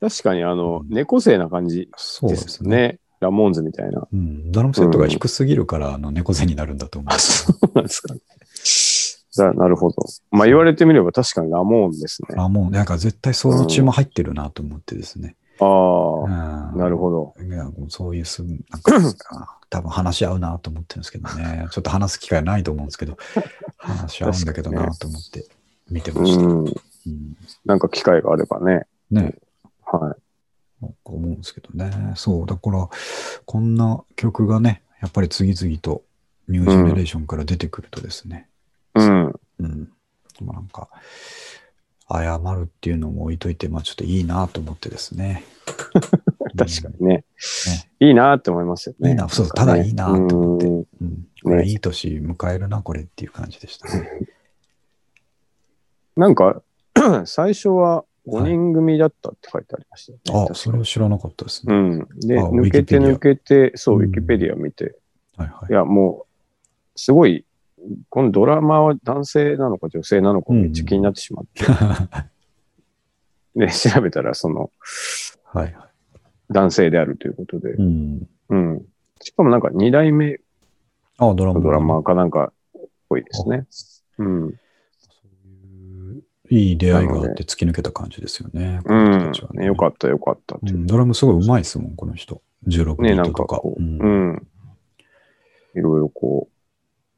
S2: 確かに、あの
S1: う、ん
S2: 猫背な感じ
S1: そう
S2: で
S1: です
S2: す
S1: ね。
S2: ね。ラモーンズみたいな。
S1: うん、ドラムセットが低すぎるから、あの猫背になるんだと思う
S2: あ、。そうなんですかね。だなるほど。まあ言われてみれば確かにラモーンですね。
S1: あもうなんか絶対その血も入ってるなと思ってですね。
S2: あ
S1: うん
S2: あ、なるほど。
S1: いやもうそういうす、なん
S2: <laughs>
S1: か、多分話し合うなと思ってるんですけどね。ちょっと話す機会ないと思うんですけど、話し合うんだけどなと思って見てました。
S2: う
S1: う
S2: ん。
S1: ん
S2: なんか機会があればね。
S1: ね、
S2: は
S1: なんか思うんですけどね。そう、だから、こんな曲がね、やっぱり次々とニュージェネレーションから出てくるとですね、
S2: い。うん。
S1: うん。まあなんか、謝るっていうのも置いといて、まあちょっといいなと思ってですね。
S2: 確かにね。いいなって思いますよね。
S1: いいなそうそう
S2: なんか
S1: た
S2: ね
S1: だいいなって思って
S2: うん
S1: うん。うん。これいい年迎えるな、これっていう感じでしたね。
S2: なんか、 <clears throat> 最初は5人組だったって書いてありましたよね、
S1: あ、
S2: 確か
S1: それを知らなかったです
S2: う
S1: ね。
S2: ん。で、
S1: あ
S2: 抜けて
S1: Wikipedia
S2: 抜けて、そうう、ウ
S1: ん
S2: ィキペディア見て、
S1: はいはい
S2: い。や、もう、すごい、このドラマは男性なのか女性なのかめっちゃ気になってしまって、で、調べたら、その、
S1: はいはい。
S2: 男性であるということで、
S1: うん。
S2: うん。しかもなんか、二代目
S1: あ、ドラマ。
S2: ドラマかなんかっぽいですね。うん。
S1: そういういい出会いがあって突き抜けた感じですよね。こ
S2: う
S1: の人
S2: ん
S1: たちは。
S2: ねよかった、よかったっていう
S1: うんドラムすごい上手いですもん、この人。16ビ
S2: ね、
S1: ー
S2: な
S1: ト
S2: んか
S1: とか。
S2: こう、
S1: う
S2: うんん。いろいろこ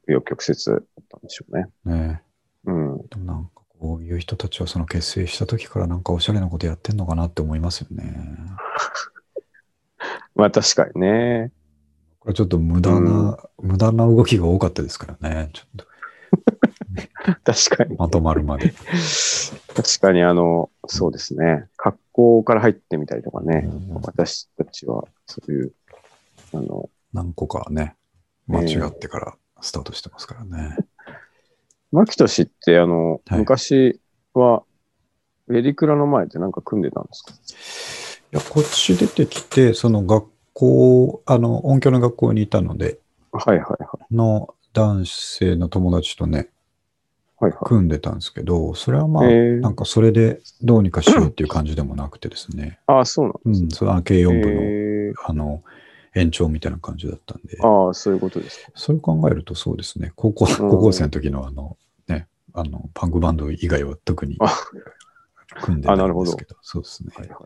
S2: う、余曲折だったんでしょうね。
S1: ね
S2: うん。
S1: でもなんかこういう人たちはその結成した時からなんかおしゃれなことやってんのかなって思いますよね。
S2: まあ確かにね。
S1: これちょっと無駄な、無駄な動きが多かったですからね。ちょっと
S2: 確かに。
S1: まとまるまで。
S2: <laughs> 確かにあの、そうですね。格好から入ってみたりとかね。
S1: うん
S2: 私たちは、そういう、あの、
S1: 何個かね、間違ってからスタートしてますからね。
S2: 牧俊ってあの、
S1: はい
S2: 昔は、エリクラの前ってなんか組んでたんですか
S1: いや、こっち出てきて、その学校、あの、音響の学校にいたので、
S2: はいはいはい。
S1: の男性の友達とね、
S2: はいは
S1: 組んでたんですけど、それはまあ、
S2: い。え
S1: なんかそれでどうにかしようっていう感じでもなくてですね、
S2: ああ、そう
S1: う
S2: なんです
S1: ん、それは軽
S2: ね。
S1: 音部の、
S2: え
S1: あの、延長みたいな感じだったんで、
S2: ああ、そういうことですか。
S1: それを考えるとそうですね、高校、高校生の時のあの、ね、あの、パンクバンド以外は特に
S2: あ
S1: 組んでた
S2: あなる
S1: ん
S2: ほ
S1: で
S2: ど
S1: すけど、そうですね。
S2: はいはい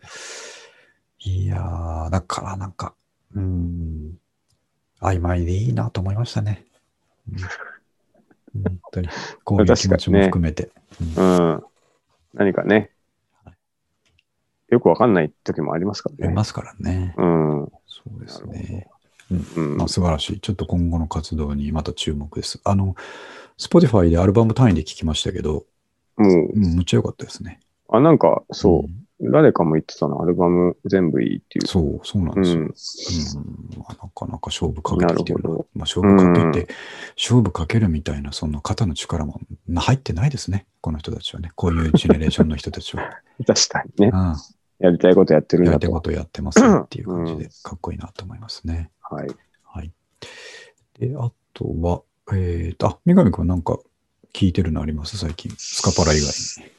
S1: いやー、だからなんか、うーん、曖昧でいいなと思いましたね。うん、本当に、こういう気持ちも含めて。
S2: うん。何かね
S1: は、
S2: よくわかんない時もありますから
S1: い
S2: ね。
S1: ますからね。
S2: うん。う
S1: そうです
S2: なるほど
S1: ね。
S2: ん
S1: まあ、。素晴らしい。ちょっと今後の活動にまた注目です。あの、Spotify でアルバム単位で聴きましたけど、
S2: もう、
S1: うん、むっちゃ良かったですね。
S2: あ、なんか、そうう、誰かも言ってたの、アルバム全部いいってい
S1: んそう、そうなん
S2: う。
S1: ですよ。
S2: うん。
S1: うんまあなかなか勝負かけてきてる
S2: な
S1: な
S2: るほど
S1: まあ、勝負かけて、勝負かけるみたいな、その肩の力もな入ってないですね、この人たちはね。こういうジェネレーションの人た
S2: <laughs>
S1: ちは。
S2: 確かにね。
S1: うん
S2: やりたいことやってるん
S1: や
S2: だ
S1: りたい
S2: と。
S1: ことやってますねっていう感じ
S2: う
S1: で、かっこいいなと思いますね。
S2: はい。
S1: はい。で、あとは、えーと、あ、三上くんなんか聞いてるのあります最近。スカパラ以外に。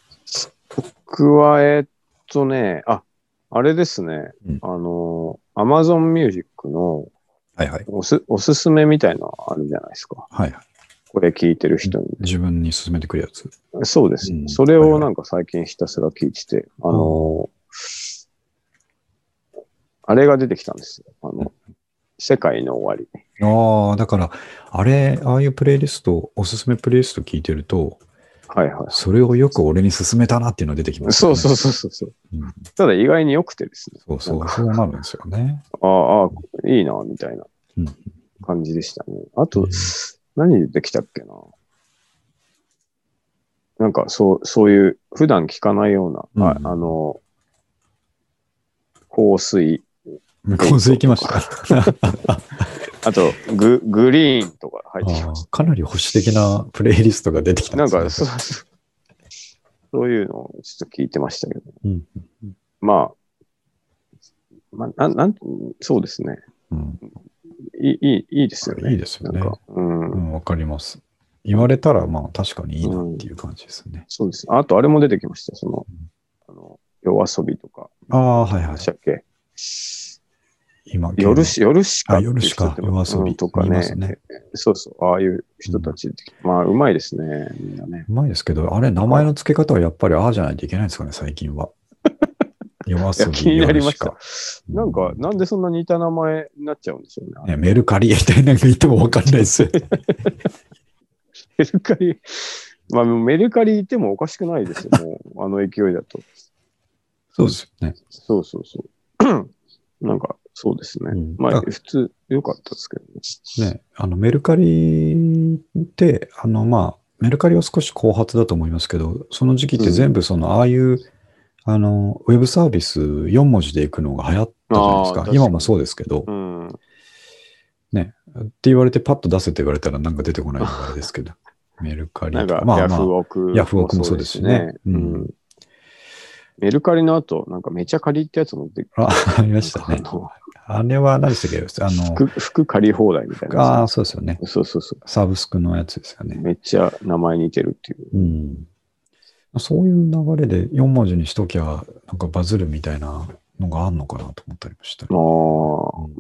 S2: 僕は、えーっとね、あ、あれですね
S1: うん。
S2: あの、Amazon Music の
S1: はいはい。
S2: おすおすすめみたいなのあるじゃないですか。
S1: はいはい。
S2: これ聞いてる人に。
S1: 自分に勧めてくるやつ。
S2: そうです
S1: う。ん
S2: それをなんか最近ひたすら聞いてて、あの、あれが出てきたんですよ。あの、世界の終わり。
S1: ああ、だから、あれ、ああいうプレイリスト、おすすめプレイリスト聞いてると、
S2: はいはい。
S1: それをよく俺に勧めたなっていうのが出てきます
S2: そ
S1: よね、
S2: うそうそうそうそう。
S1: うん
S2: ただ意外に良くてですね。
S1: そうそ
S2: なん
S1: う、
S2: か
S1: そうなるんですよね。
S2: ああ、ああいいな、みたいな
S1: うん
S2: 感じでしたね。あと
S1: うん、
S2: 何出てきたっけな。なんか、そう、そういう、普段聞かないような、あ
S1: うん
S2: あの、香水、
S1: 香水行きました。あ
S2: あと、グ、グリーンとか入ってきまし
S1: ーかなり保守的なプレイリストが出てき
S2: た。
S1: たん
S2: な
S1: で
S2: ん
S1: す、ね、
S2: か、そう、そうそういうのをちょっと聞いてましたけど、
S1: うん
S2: まあ、まあ、なん、なん、そうですね。
S1: うん
S2: いい、いい、いいですよね。
S1: いいですよね
S2: なんか、うん
S1: う。ん、わかります。言われたら、まあ確かにいいなっていう感じですね。
S2: そうです。あと、あれも出てきました。その、あの夜遊びとか、
S1: ああ、はいは
S2: ないんでしたっけ
S1: 今、
S2: 夜し、夜しか
S1: あ、
S2: っていう
S1: 夜し
S2: 人
S1: か
S2: って
S1: 夜遊
S2: うん
S1: び
S2: と
S1: と
S2: か
S1: か
S2: ね
S1: ますね。
S2: そうそう、ああいう人たち、まあ、うまいですね、みんなね。
S1: うまいですけど、あれ、名前の付け方はやっぱりああじゃないといけないんですかね、最近は。夜
S2: いや、
S1: 遊
S2: 気
S1: び、
S2: になり
S1: 夜
S2: ま
S1: し
S2: した
S1: か。。
S2: なんか、なんでそんな似た名前になっちゃうんでしょう
S1: ね、
S2: ね。
S1: メルカリみたいなの言ってもわかんないですよね。
S2: <laughs> メルカリ、まあ、もうメルカリいてもおかしくない
S1: <laughs>
S2: ですよ、もう、あの勢いだと。
S1: そうですよね。
S2: そうそう <clears throat> そう。なんか、そうですね。
S1: うん
S2: まあ、
S1: あ
S2: 普通、良かったですけどね。
S1: ね、あのメルカリって、あのまあ、メルカリは少し後発だと思いますけど、その時期って全部その、ああいう、あの、ウェブサービス4文字で行くのが流行ったじゃないです
S2: あ
S1: か。
S2: ー確かに
S1: 今もそうですけど
S2: う、ん。
S1: ね、って言われてパッと出せって言われたらなんか出てこないのがあれですけ
S2: <laughs>
S1: ど、メルカリ
S2: なん
S1: と
S2: か
S1: か、、まあ
S2: ヤ
S1: ま
S2: フ
S1: あ、
S2: オク。
S1: ヤフオクもそうですしねう
S2: う
S1: ん
S2: ん。メルカリの後、なんかめちゃ借りってやつも出て
S1: あありましたね。
S2: なんかあの
S1: あれは何でしたっけあの、
S2: 服、服借り放題みたい
S1: あ
S2: な。
S1: あ、そうですよね。
S2: そうそうそ
S1: サブスクのやつですよ
S2: う。
S1: ね。
S2: めっちゃ名前似てるっていう。
S1: うん。そういう流れで4文字にしときゃ、なんかバズるみたいなのがあんのかなと思ったりもしたり。
S2: ああ、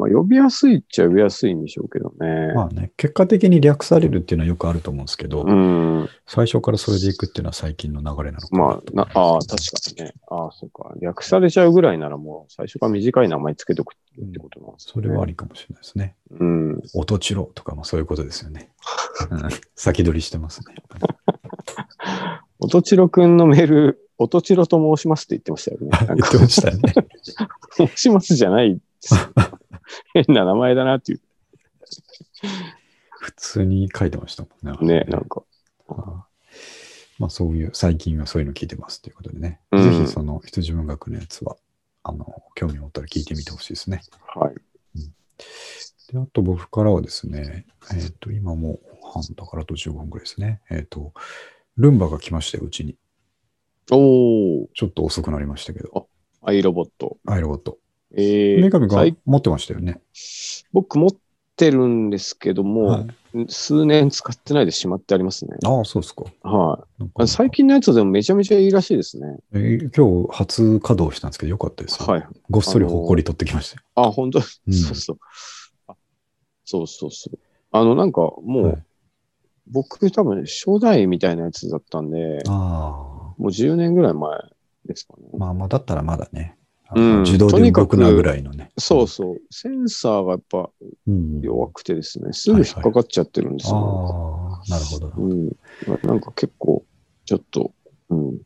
S2: まあ呼びやすいっちゃ呼びやすいんでしょうけどね。
S1: まあね、結果的に略されるっていうのはよくあると思うんですけど、
S2: うん。
S1: 最初からそれでいくっていうのは最近の流れなのかな
S2: まあ、なああ、確かにね。ああ、そうか。略されちゃうぐらいならもう最初から短い名前つけとくってことなんですね。
S1: それはありかもしれないですね。
S2: うん。
S1: 音チロとかもそういうことですよ
S2: <laughs>
S1: ね。うん先取りしてますね。
S2: おとちろくんのメール、おとちろと申しますって言ってましたよね。
S1: 言
S2: なんか
S1: ってました
S2: <laughs>
S1: ね。
S2: 申しますじゃないです。 <laughs> 変な名前だなっていう。
S1: 普通に書いてましたもんね。
S2: ね、なんか。
S1: あまあそういう、最近はそういうの聞いてますということでね。
S2: うん
S1: ぜひその羊文学のやつは、あの、興味を持ったら聞いてみてほしいですね。
S2: はい。
S1: で、あと僕からはですね、えっ、と、今もう半だからあと15分ぐらいですね。えっ、と、ルンバが来ましたよ、うちに。
S2: おー、
S1: ちょっと遅くなりましたけど、
S2: アイロボット。
S1: アイロボット。
S2: えー、
S1: 女神が
S2: 最
S1: 持ってましたよね。
S2: 僕持ってるんですけども、
S1: はい、
S2: 数年使ってないでしまってありますね。
S1: ああ、そうですか。
S2: は
S1: なん
S2: い。
S1: か
S2: 最近のやつでもめちゃめちゃいいらしいですね。
S1: えー今日初稼働したんですけど、よかったですよ。
S2: はい。
S1: ごっそりほこり取ってきましたよ。
S2: あ、本当、
S1: うん
S2: そうそう。あそうそうそう。あの、なんかもう、
S1: はい
S2: 僕多分初代みたいなやつだったんで、
S1: あ
S2: もう10年ぐらい前ですかね。
S1: あ、まあまあ、だったらまだね、あ
S2: う
S1: の
S2: ん
S1: 自動
S2: と
S1: で
S2: にか
S1: 動
S2: く
S1: くなぐらいのね。
S2: そうそう。センサーがやっぱ
S1: うん、
S2: 弱くてですね、すぐ引っかかっちゃってるんですよ、
S1: ああ、なるほど。
S2: うん。なんか結構、ちょっと、うん、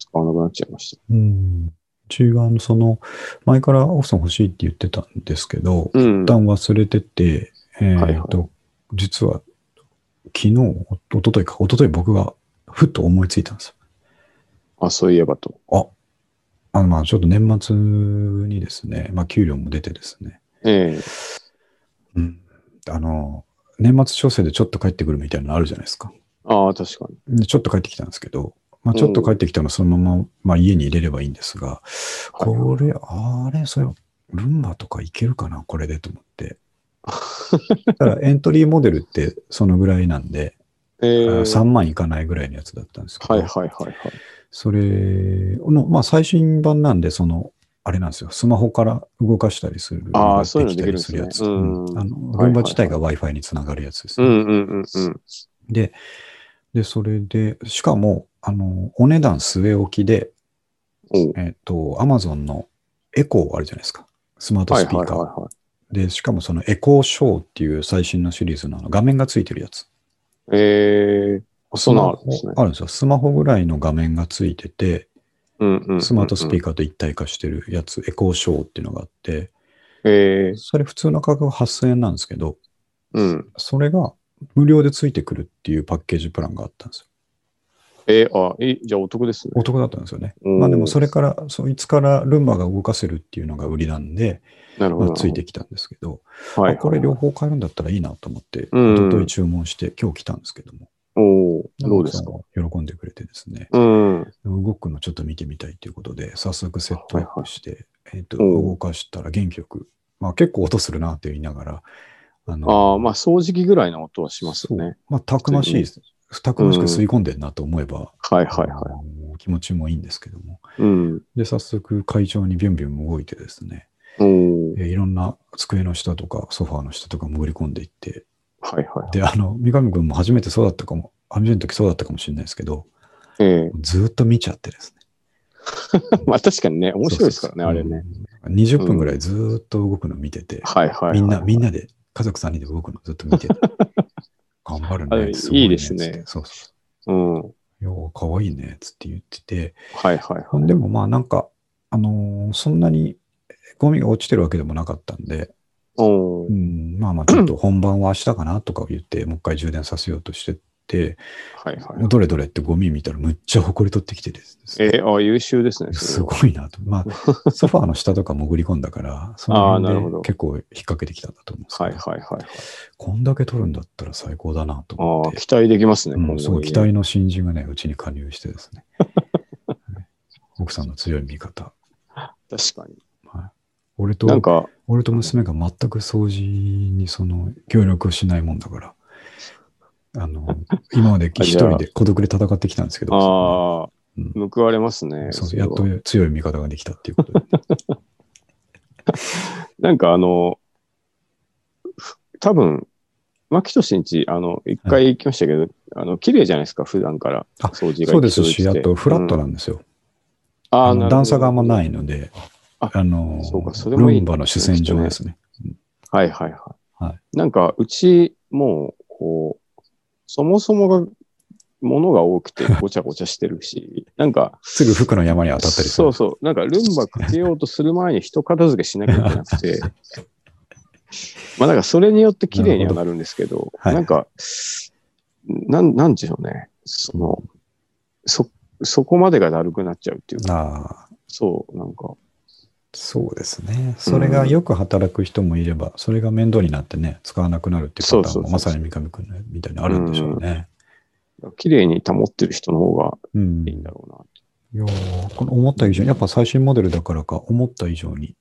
S2: 使わなくなっちゃいました。
S1: うん。中盤、その、前からオフさん欲しいって言ってたんですけど、
S2: うん
S1: 一。旦忘れてて、えっ、
S2: はい
S1: と、実は、昨日、おおとといか、おととい僕がふっと思いついたんですよ。
S2: あ、そういえばと。
S1: ああの、まあ、ちょっと年末にですね、まあ、給料も出てですね、
S2: ええ
S1: うん、あの、年末調整でちょっと帰ってくるみたいなのあるじゃないですか。
S2: ああ、確かに。
S1: で、ちょっと帰ってきたんですけど、まあ、ちょっと帰ってきたのそのまま、まあ、家に入れればいいんですが、これ、あれ、それ、ルンバとかいけるかな、これでと思
S2: <laughs>
S1: って。だからエントリーモデルってそのぐらいなんで、
S2: ええ
S1: 3万いかないぐらいのやつだったんですけど、
S2: はいはいはいはい。
S1: それの、まあ、最新版なんで、その、あれなんですよ、スマホから動かしたりする、
S2: あー
S1: きたりるやつ
S2: そういうのできるんですねうん
S1: あのルンバ自体が Wi-Fi につながるやつです
S2: う
S1: ね。
S2: んうんうんうん。
S1: で、で、それで、しかも、あの、お値段据え置きで、
S2: おう
S1: えっ、と、アマゾンのエコーあるじゃないですか。スマート
S2: はい
S1: ス
S2: はい
S1: ピー
S2: はい
S1: カー。
S2: は
S1: で、しかもそのエコーショーっていう最新のシリーズのあの画面がついてるやつ。
S2: い。ええそうなんですね
S1: あるんですよ。スマホぐらいの画面がついてて、
S2: うんうんうんうん。
S1: スマートスピーカーと一体化してるやつ、エコーショーっていうのがあって、
S2: ええ
S1: それ普通の価格は8000円なんですけど、
S2: うん。
S1: それが無料でついてくるっていうパッケージプランがあったんですよ。
S2: ええあ、いいじゃあお得ですね。
S1: お得だったんですよね。
S2: うん
S1: まあでもそれから、そいつからルンバが動かせるっていうのが売りなんで、
S2: なるほ
S1: ま
S2: ど。
S1: あ、ついてきたんですけど、
S2: は
S1: あ
S2: い。
S1: これ両方買えるんだったらいいなと思って、
S2: うん
S1: 一昨日注文して今日来たんですけども、
S2: おおどうですか
S1: 奥さんが喜んでくれてですね、
S2: うん。
S1: 動くのちょっと見てみたいということで、早速セットアップして、えっと
S2: おう
S1: 動かしたら元気よく、まあ、結構音するなって言いながら、あ
S2: ああ、まあ掃除機ぐらいの音はしますよね。
S1: まあ、たくましいです、たくましく吸い込んでるなと思えば、
S2: はいはいは
S1: あの気持ちもいいんですけども、
S2: い。うん。
S1: で早速会場にビュンビュン動いてですね、
S2: おお
S1: えいろんな机の下とかソファーの下とか潜り込んでいって、
S2: はいはい。
S1: で、あの、三上君も初めてそうだったかも、初めての時そうだったかもしれないですけど、
S2: ええ
S1: ずーっと見ちゃってですね。
S2: まあ確かにね、面白いですからね、あ
S1: そう
S2: れ
S1: そうそう
S2: ね。。
S1: うん20分ぐらいずーっと動くの見てて、
S2: はいはいはい。
S1: みんな、みんなで、家族3人で動くのずっと見てて、 <laughs> 頑張る
S2: あ
S1: ね、
S2: れ
S1: ご
S2: いいですね
S1: つってそうそ
S2: うん。は
S1: う。よう、かわいいね、つって言ってて、
S2: いはいはい。
S1: でもまあなんか、あのーそんなにゴミが落ちてるわけでもなかったんで、
S2: おー
S1: うん、まあまあちょっと本番は明日かなとか言って、もう一回充電させようとしてて、
S2: はいはい。
S1: どれどれってゴミ見たらむっちゃ埃取ってきてです、
S2: ええあ優秀ですね。
S1: す
S2: それは
S1: ごいなと。ま
S2: <laughs>
S1: あ、ソファーの下とか潜り込んだから、その
S2: あーなる
S1: 辺
S2: ほ
S1: で
S2: ど
S1: 結構引っ掛けてきたんだと思うんですけ
S2: はい
S1: ど
S2: はいはい。
S1: こんだけ取るんだったら最高だなと思
S2: あ
S1: っ
S2: あ、
S1: て、
S2: 期待できますね。
S1: うん、すごい期待
S2: ね。
S1: の新人がね、うちに加入してです
S2: <laughs>
S1: ね。奥さんの強い味方。
S2: 確かに。
S1: はい、俺
S2: なん
S1: と、
S2: か、
S1: 俺と娘が全く掃除にその協力をしないもんだから、あの、今まで一
S2: じゃあ
S1: 人で孤独で戦ってきたんですけど、
S2: ああ、
S1: うん
S2: 報われますね。
S1: そう
S2: そ
S1: そう
S2: れ
S1: や
S2: は
S1: っと強い味方ができたっていうことで。
S2: なんかあの、多分、牧としんち、あの、一回行きましたけど、あの、綺麗じゃないですか、普段から。
S1: あ
S2: 掃除が
S1: そうですし、
S2: 一緒
S1: あ
S2: にて
S1: とフラット
S2: うん
S1: なんですよ。
S2: あ
S1: あ
S2: ー
S1: の
S2: なるほど
S1: 段差があんまないので、
S2: あ
S1: あの
S2: そうかそれもいい
S1: ルンバの主戦場ですね。
S2: はいはいはい。
S1: は
S2: なんか、うち、もう、こう、そもそもが、物が多
S1: <laughs>
S2: くてごちゃごちゃしてるし、なんか、
S1: すぐ服の山に当たったりす
S2: そ
S1: る
S2: う。そう、なんかルンバかけようとする前に人片付けしなきゃいけな
S1: <laughs>
S2: くて、まあなんかそれによって綺麗にはなるんですけど、
S1: なるほどはい
S2: なんか、なん、なんでしょうね、その、そ、そこまでがだるくなっちゃうっていうか、
S1: ああ、
S2: そう、なんか、
S1: そうですね。それがよく働く人もいれば、それが面倒になってね、使わなくなるっていうパターンも
S2: そうそうそう
S1: まさに三上君のみたいにあるんでしょうね。
S2: 綺麗に保ってる人の方が
S1: うん。
S2: いいんだろ
S1: いやーこの思った以上に、やっぱ最新モデルだからか、思った以上に、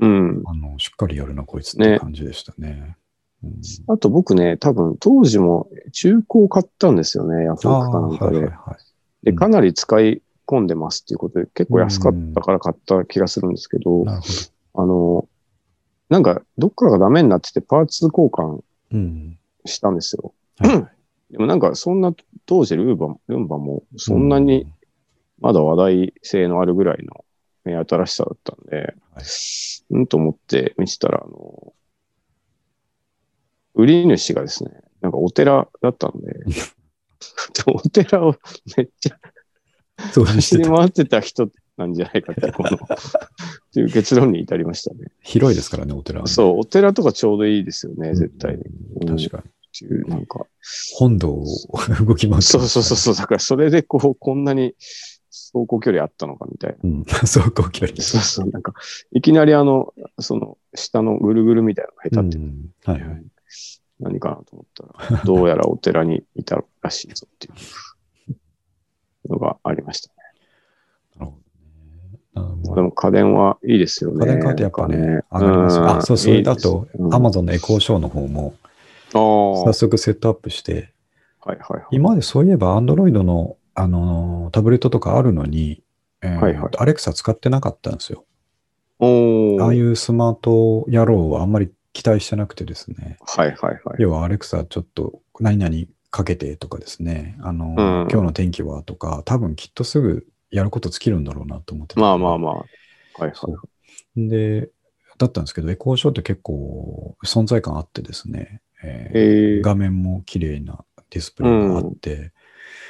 S2: うな。うん。
S1: あの、しっかりやるな、こいつって感じでしたね。うん
S2: あと僕ね、多分当時も中古を買ったんですよね、ヤフ
S1: あ
S2: オクかな
S1: あ
S2: ん
S1: ー、
S2: か
S1: はい
S2: で。
S1: はいはい。
S2: で、
S1: うん
S2: かなり使い込んでますっていうことで、結構安かったから買った気がするんですけど、
S1: なるほど。
S2: あの、なんか、どっかがダメになってて、パーツ交換
S1: うん。
S2: したんですよ。
S1: はい
S2: でもなんか、そんな、当時ルーバ、ルンバも、そんなに、まだ話題性のあるぐらいの目新しさだったんで、
S1: はい
S2: うんと思って見てたら、あの、売り主がですね、なんかお寺だっ
S1: <laughs>
S2: たんで、お寺をめっちゃ
S1: うん、そうし
S2: 走
S1: て
S2: り
S1: た
S2: 回ってた人なんじゃないかって、この、っていう結論に至りましたね。
S1: 広いですからね、お寺はね、
S2: そう、お寺とかちょうどいいですよね、絶対に。
S1: うん確かに。
S2: に。なんか、
S1: 本堂を動き回って
S2: そうそうそうそう、だからそれでこう、こんなに走行距離あったのかみたいな。
S1: う。うん、走行距離です。
S2: そうそう、なんか、いきなりあの、その、下のぐるぐるみたいなのが下手ってて、
S1: うんはいはい。
S2: 何かなと思ったら、どうやらお寺にいたらしいぞっていうのがありましたね。
S1: なるほどね。あ
S2: でも家電はいいですよね。
S1: 家電買うとやっぱね、上
S2: なんか
S1: がりますよ
S2: ん
S1: あ、そうそう。
S2: いいで
S1: あ
S2: す
S1: と
S2: う、ん
S1: アマゾンのエコーショーの方も、
S2: ああ、は
S1: 早速セットアップして、
S2: いはいはい。
S1: 今までそういえば、アンドロイドの、あのータブレットとかあるのに、えー
S2: はいはい
S1: アレクサ使ってなかったんですよ。
S2: おー
S1: ああいうスマート野郎はあんまり期待してなくてですね。
S2: はいはいはい。
S1: 要は、アレクサちょっと、何々かけてとかですね、あのー
S2: うん
S1: 今日の天気はとか、多分きっとすぐやること尽きるんだろうなと思ってた
S2: まあまあまあ。はいはい。
S1: そう。で、だったんですけど、エコーショーって結構存在感あってですね、えー
S2: えー、
S1: 画面も綺麗なディスプレイがあって、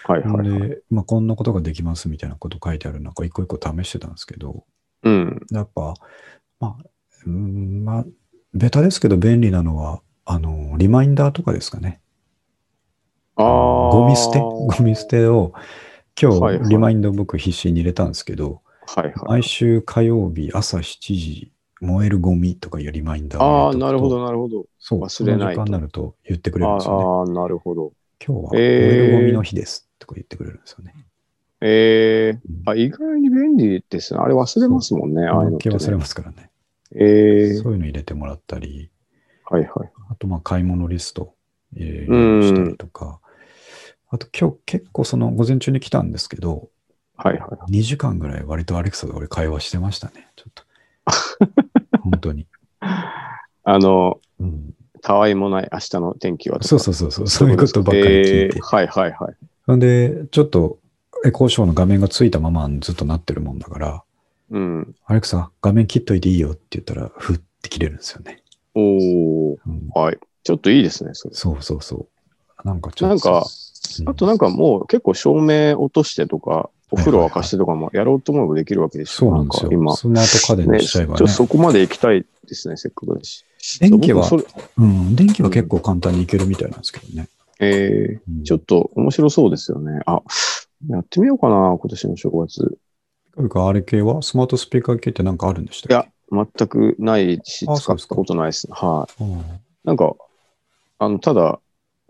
S2: はいはいはい。
S1: で、まあ、こんなことができますみたいなこと書いてある中、一個一個試してたんですけど、
S2: うん。
S1: やっぱ、まあ、うーんまあ、ベタですけど便利なのは、あの、リマインダーとかですかね。
S2: ああ。
S1: ゴミ捨て、ゴミ捨。てを、今日、
S2: はいはい
S1: リマインド僕必死に入れたんですけど、
S2: はいはい
S1: 毎。週火曜日朝7時、燃えるゴミとかいうリマインダー
S2: あ
S1: を
S2: あ、
S1: 入れとくと
S2: なるほど、なるほど。
S1: そう、
S2: 忘れないと
S1: その時間になると言ってくれるんですよね。
S2: ああ、なるほど。
S1: 今日は燃
S2: えー
S1: えるゴミの日ですとか言ってくれるんですよね。
S2: ええ
S1: うん
S2: あ、意外に便利ですね。あれ忘れますもんね、ああいうの
S1: 動
S2: っ
S1: き
S2: てね、
S1: 忘れますからね。
S2: ええ
S1: そういうの入れてもらったり、
S2: はいはい。
S1: あとまあ買い物リスト入れるしたりとか、あと今日結構その午前中に来たんですけど、
S2: はいはい。
S1: 2時間ぐらい割とアレクサと俺会話してましたね、ちょっと。本当に。
S2: あの、 <laughs>
S1: うん、
S2: たわいもない明日の天気はとか。
S1: そうそうそうそう、そういうことばっかり聞い
S2: え
S1: て
S2: え。はいはいはい。
S1: ほんで、ちょっとエコーショーの画面がついたままずっとなってるもんだから、
S2: うん。
S1: アレクサ、画面切っといていいよって言ったら、ふって切れるんですよね。
S2: おお
S1: うん
S2: はい。ちょっといいですね、それ。
S1: そうそうそう。なんかちょっと。
S2: なん
S1: う
S2: か、
S1: ん
S2: あとなんかもう結構照明落としてとか、お風呂沸かしてとかもやろうと思えばできるわけでし
S1: そ
S2: ょ。
S1: うなんですよ。
S2: か
S1: スマート家電
S2: 今。ね、
S1: にしち
S2: ち
S1: ゃ
S2: ょ
S1: え
S2: っ
S1: ばね。
S2: とそこまで行きたいですね、せっかくだし。
S1: 電気は
S2: そう僕それ
S1: うん、電気は結構簡単にいけるみたいなんですけどね。
S2: え
S1: うん
S2: ー、ちょっと面白そうですよね。あ、やってみようかな、今年の正月。
S1: というか、あれ系はスマートスピーカー系ってなんかあるんでし
S2: い
S1: たっ
S2: や、全くないし、
S1: あ
S2: 使
S1: そう
S2: っ
S1: ですか
S2: たことないですね。はい、
S1: けうん
S2: なんか、あの、ただ、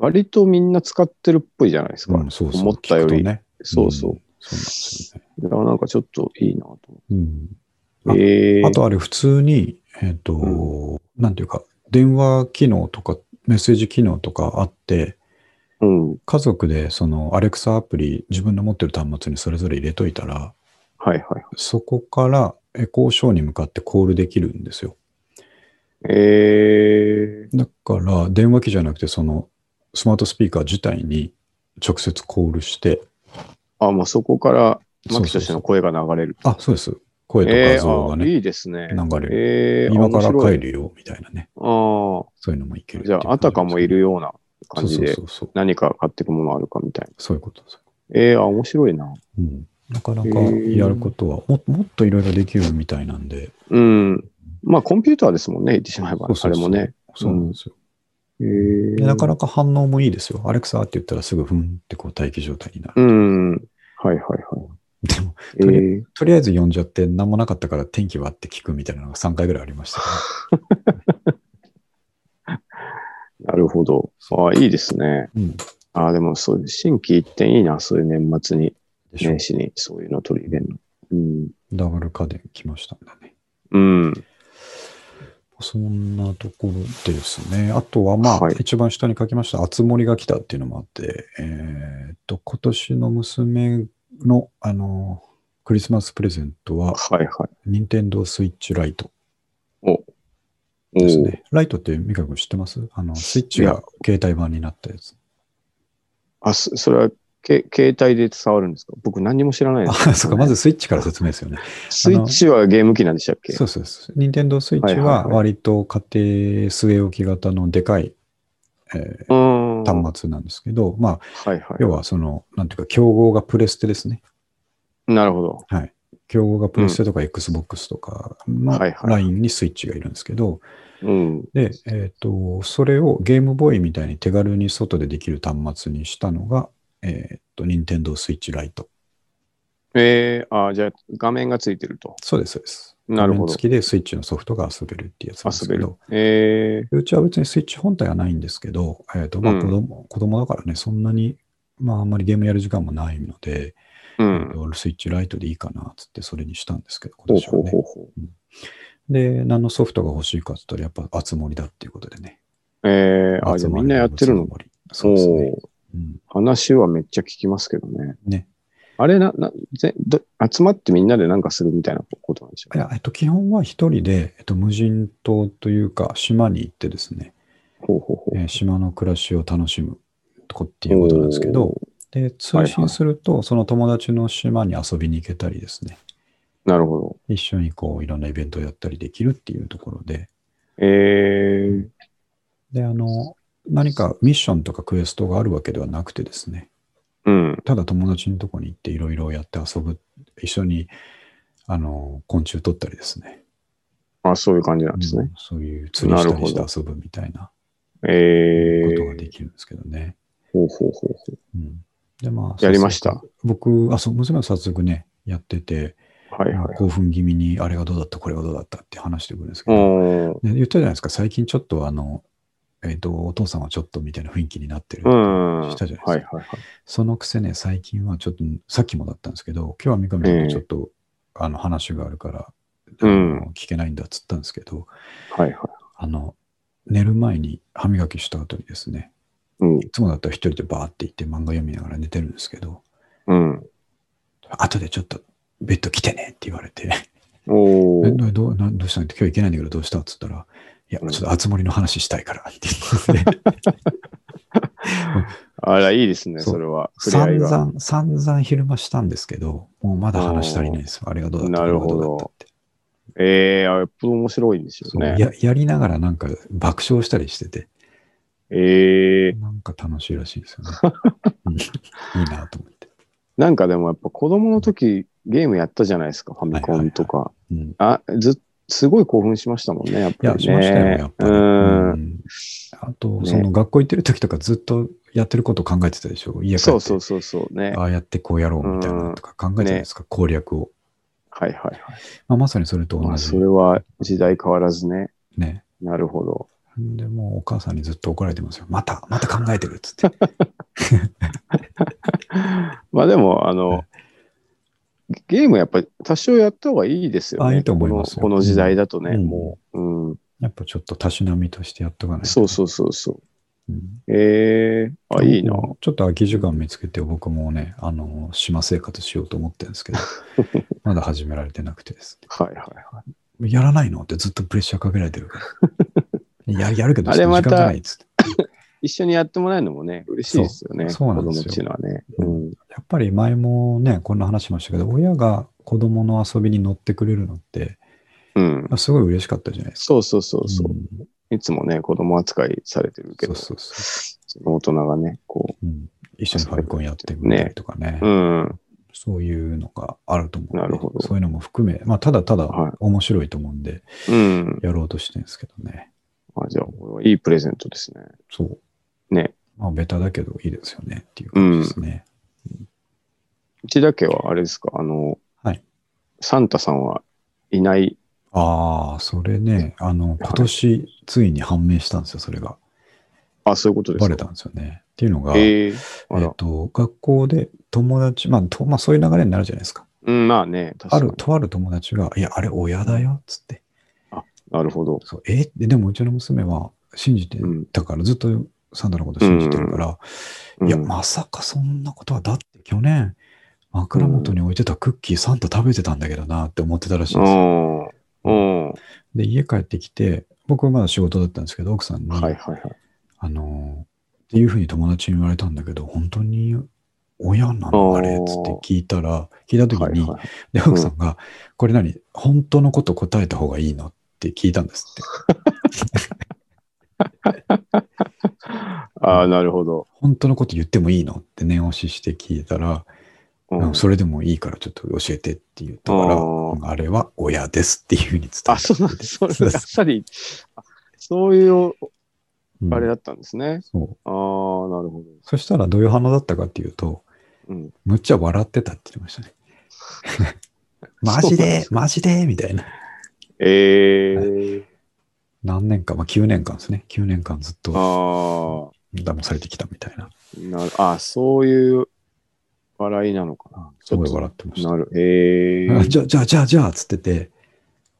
S2: 割とみんな使ってるっぽいじゃないですか。
S1: うん、そうそう。
S2: 思ったより
S1: 聞くとね。
S2: そうそ
S1: んそうなんですよね。
S2: う。だからなんかちょっといいなと思
S1: うん
S2: って。えー、
S1: あとあれ普通に、えっ、と、なんていうか、電話機能とかメッセージ機能とかあって、
S2: うん。
S1: 家族でそのアレクサアプリ、自分の持ってる端末にそれぞれ入れといたら、
S2: はいはい。
S1: そこからエコーショーに向かってコールできるんですよ。
S2: え
S1: だから、電話機じゃなくて、そのスマートスピーカー自体に直接コールして、
S2: ー、あ、もうそこから、マキ
S1: そ
S2: ト
S1: うそ
S2: シ
S1: うそ
S2: の
S1: う
S2: 声が流れる。
S1: あ、そうです。声と
S2: え
S1: 画
S2: ー
S1: 像が
S2: あ
S1: ね、
S2: いいですね。
S1: 流れる。
S2: えー、
S1: 今から
S2: 面白
S1: 帰
S2: い
S1: るよ、みたいなね。
S2: あ
S1: そういうのもいけ
S2: あ。
S1: る
S2: じゃあ、あたかもいるような感じで
S1: そ、うそうそうそう。
S2: 何か買ってくものあるかみたい
S1: そういうことです。
S2: な。えー、あ、面白いな。
S1: うん。なかなか
S2: へー
S1: やることは、ももっといろいろできるみたいなんで、
S2: うん。まあ、コンピューターですもんね、言ってしまえば。
S1: そうそうそう
S2: あれもね。
S1: そうなんですよ。
S2: えー
S1: でなかなか反応もいいですよ。アレクサって言ったらすぐふんってこう待機状態にな
S2: う
S1: る。
S2: ん。はいはいはい。
S1: でも、
S2: え
S1: とり
S2: ー、
S1: とりあえず呼んじゃって何もなかったから天気はって聞くみたいなのが3回ぐらいありましたね、
S2: なるほど。ああ、いいですね。
S1: うん。
S2: ああ、でも、そういう、新規一点いいな、そういう年末に、
S1: でしょ
S2: 年。始に、そういうの取り入れるの。うん。
S1: ダブル家電来ましたんだね。
S2: うん。
S1: そんなところですね。あとは、まあ、
S2: はい
S1: 一番下に書きました、熱盛が来たっていうのもあって、えーっと、今年の娘の、あの、クリスマスプレゼントは、
S2: はいはい。
S1: 任天堂スイッチライト
S2: お
S1: です
S2: ー
S1: ね。ライトって、三上君知ってますあの、スイッチ
S2: い
S1: が携帯版になったやつ。
S2: あ、そそれは、け携帯で伝わるんですか僕何にも知らないで
S1: あ、<laughs>
S2: す。
S1: そうか、まずスイッチから説明ですよね。
S2: スイッチはゲーム機なんでしたっけ
S1: そうそうそう。任天堂スイッチ
S2: はいはい
S1: は、
S2: はい
S1: 割と家庭据え置き型のでかい、え
S2: うーん。
S1: ー端末なんですけど、まあ、
S2: はいは
S1: 要は、その、なんていうか、競合がプレステですね。
S2: い。なるほど。
S1: はい。競合がプレステとか XBOX とかの
S2: はいはい
S1: ラインにスイッチがいるんですけど、
S2: うん。
S1: で、えっ、と、それをゲームボーイみたいに手軽に外でできる端末にしたのが、えっ、と、Nintendo Switch Lite。
S2: えー、あーじゃあ、画面がついてると。
S1: そうです、そうです。
S2: なるほ
S1: 画
S2: ど
S1: 面付きでスイッチのソフトが遊べるっていうやつなんで
S2: 遊
S1: すけ
S2: べる
S1: ど、。
S2: え
S1: うちは別にスイッチ本体はないんですけど、えっ、と、まあ
S2: うん
S1: 子供、子供だからね、そんなに、まああんまりゲームやる時間もないので、
S2: ー、う。
S1: うんスイッチライトでいいかな、つってそれにしたんですけど、今
S2: ほう
S1: 年は
S2: ほう
S1: ね
S2: ほうほう。
S1: で、何のソフトが欲しいかって言ったら、やっぱ、熱盛だっていうことでね。
S2: えー、あ、じゃあみんなやってるの
S1: 熱盛そうですね。
S2: おー
S1: うん、
S2: 話はめっちゃ聞きますけどね。
S1: ね。
S2: あれな、な、ぜど集まってみんなでなんかするみたいなことなんでしょ
S1: いや、えっと、基本は一人で、えっと、無人島というか、島に行ってですね、
S2: うほうほうほう。
S1: えー島の暮らしを楽しむとこっていうことなんですけど、
S2: お
S1: で、通信すると、その友達の島に遊びに行けたりですね、
S2: ー、なるほど。
S1: 一緒にこう、いろんなイベントをやったりできるっていうところで、
S2: えー、
S1: で、あの、何かミッションとかクエストがあるわけではなくてですね、
S2: うん。
S1: ただ友達のとこに行っていろいろやって遊ぶ、一緒にあの昆虫取ったりですね。
S2: あ、そういう感じなんです
S1: う
S2: ね
S1: ん。そういう釣りしたりし
S2: なる
S1: て遊ぶみたいな
S2: え
S1: ことがで
S2: ー、
S1: きるんですけどね。
S2: ほうほうほうほう。
S1: うん、で、まあ、
S2: やりました
S1: 早速。僕、あ、そう、娘は早速ね、やってて、
S2: はいはい。
S1: 興奮気味にあれがどうだった、これがどうだったって話してくるんですけ
S2: う
S1: ど、
S2: ん。
S1: で言ったじゃないですか、最近ちょっとあの、えっ、と、お父さんはちょっとみたいな雰囲気になってるって
S2: うん。
S1: したじゃないですか。
S2: はいはいはい。
S1: そのくせね、最近はちょっと、さっきもだったんですけど、今日は三上さんとちょっと、あの話があるから、
S2: うん
S1: あの聞けないんだっつったんですけど、
S2: はいは
S1: あの、寝る前に歯磨きした後にですね、
S2: い。うん
S1: い。つもだったら一人でバーって行って漫画読みながら寝てるんですけど、
S2: うん。
S1: 後でちょっとベッド来てねって言われて、
S2: お
S1: え
S2: ー。
S1: どどうなどうしたのって今日行けないんだけどどうしたっつったら、いや、ちょ
S2: うん
S1: っと熱盛の話したいからって言って、
S2: あら、いいですね、
S1: そう
S2: それは。 <laughs> 触
S1: 散
S2: れ合いが。
S1: 々、散々昼間したんですけど、もうまだ話足りないんですよ。あれがどうだった
S2: なるほ
S1: こ
S2: ど
S1: れがうだったって。
S2: えー、あよっぽど面白いんです
S1: そ
S2: よ
S1: う
S2: ね。
S1: ややりながらなんか爆笑したりしてて、
S2: えー、
S1: なんか楽しいらしいですよね。
S2: <laughs>
S1: うんいいなと思って。
S2: なんかでもやっぱ子供の時ゲームやったじゃないですか、ファミコンとか。
S1: うん、い
S2: あ、ず、すごい興奮しましたもんね、やっぱり、ね。
S1: や、しましたよ、やっぱり。
S2: う。
S1: うんんあと、
S2: ね
S1: その学校行ってる時とかずっとやってること考えてたでしょ。家帰って
S2: そうそうそうそうね。
S1: ああやってこうやろうみたいなのとか考えてたじゃないですか、攻略を。
S2: はいはいはい。
S1: まあ、まさにそれと
S2: ま
S1: 同
S2: あ、
S1: じ
S2: そ。れは時代変わらずね。
S1: ね。
S2: なるほど。 <laughs>
S1: でもうお母さんにずっと怒られてますよ。また、また考えてるっつ
S2: <laughs>
S1: って。
S2: まあでも、あの、ゲームやっぱり多少やった方がいいですよね。
S1: あいいと思いますよ
S2: このこの時代だとね、
S1: うん
S2: もう、うん。
S1: やっぱちょっとたしなみとしてやっとかないと
S2: そうそうそうそ
S1: うん。
S2: う。ええあ、いいな。
S1: ちょっと空き時間見つけて、僕もね、あの、島生活しようと思ってるんです
S2: <laughs>
S1: けど、まだ始められてなくてです
S2: はいはいはい。
S1: ね。やらないのってずっとプレッシャーかけられてるから。いや、やるけど、
S2: あ
S1: ち
S2: れ
S1: ょっと時
S2: また
S1: 間がないっつって。
S2: 一緒にやってもらえるのもね、嬉しいですよね。
S1: そうそうなんですよ
S2: 子供っていうのはね。うん。
S1: やっぱり前もね、こんな話しましたけど、親が子供の遊びに乗ってくれるのって、
S2: うん
S1: ま。あすごい嬉しかったじゃないですか。
S2: そうそうそうそう。
S1: ん
S2: いつもね、子供扱いされてるけ
S1: そ
S2: ど、
S1: うそうそう。
S2: その大人がね、こ
S1: うん一緒にファミコンやってくれたりとかね
S2: う。うん。
S1: そういうのがあると思うんで
S2: なるほど
S1: そういうのも含め、まあ、ただただ
S2: はい
S1: 面白いと思うんで、
S2: うん。
S1: やろうとしてるんですけどね。
S2: あじゃあ、これはいいプレゼントですね。
S1: そう。
S2: ね。
S1: まあ、ベタだけどいいですよねっていう感じですね。
S2: うちだけは、あれですか、あの、
S1: はい
S2: サンタさんはいない。
S1: ああ、それね、あの、今年ついに判明したんですよ、それが。
S2: あ、そういうことです
S1: バ
S2: か。
S1: レたんですよね。っていうのが、えっ、
S2: ええあら。
S1: と、学校で友達、まあ、とまあ、そういう流れになるじゃないですか。
S2: うん、まあね、確
S1: あ
S2: かに
S1: る、。とある友達が、いや、あれ親だよ、っつって。
S2: なるほど。
S1: そうえーででもうちの娘は信じて
S2: うん
S1: たから、ずっとサンタのこと信じてるから、
S2: うん
S1: いや、まさかそんなことは、だって去年、枕元に置いてたクッキー、サンタ食べてたんだけどなって思ってたらしいんですよ。
S2: うん。うん。は
S1: で、家帰ってきて、僕はまだ仕事だったんですけど、奥さんに、
S2: いはいはい。
S1: あのーっていうふうに友達に言われたんだけど、本当に親なのあれっつって聞いたら、聞いたとき
S2: はい
S1: に、
S2: はい、
S1: で、奥さんが、これ何本当のこと答えた方がいいのって聞いたんですって。
S2: ああ、なるほど。
S1: 本当のこと言ってもいいのって念押しして聞いたら、
S2: うん
S1: うんそれでもいいからちょっと教えてって言ったから、
S2: あ
S1: う
S2: ー
S1: んあれは親ですっていうふうに伝えた
S2: あ、そうなんです。それ
S1: そう
S2: あっ
S1: そう
S2: さり、あそういう
S1: うん
S2: あれだったんですね。
S1: そう。
S2: ああ、なるほど。
S1: そしたらどういう反応だったかっていうと、
S2: うん。
S1: むっちゃ笑ってたって言ってました
S2: <laughs>
S1: ね。マジ
S2: そうなんで
S1: ですマジでみたいな。
S2: ええ
S1: 何年か、まあ9年間ですね。9年間ずっと
S2: あ
S1: 騙されてきたみたいな。
S2: あ、なるあそういう笑いなのかな。
S1: すごい笑ってました。
S2: なる。ええ
S1: じゃあ、じゃあ、じゃあ、じゃあ、つってて、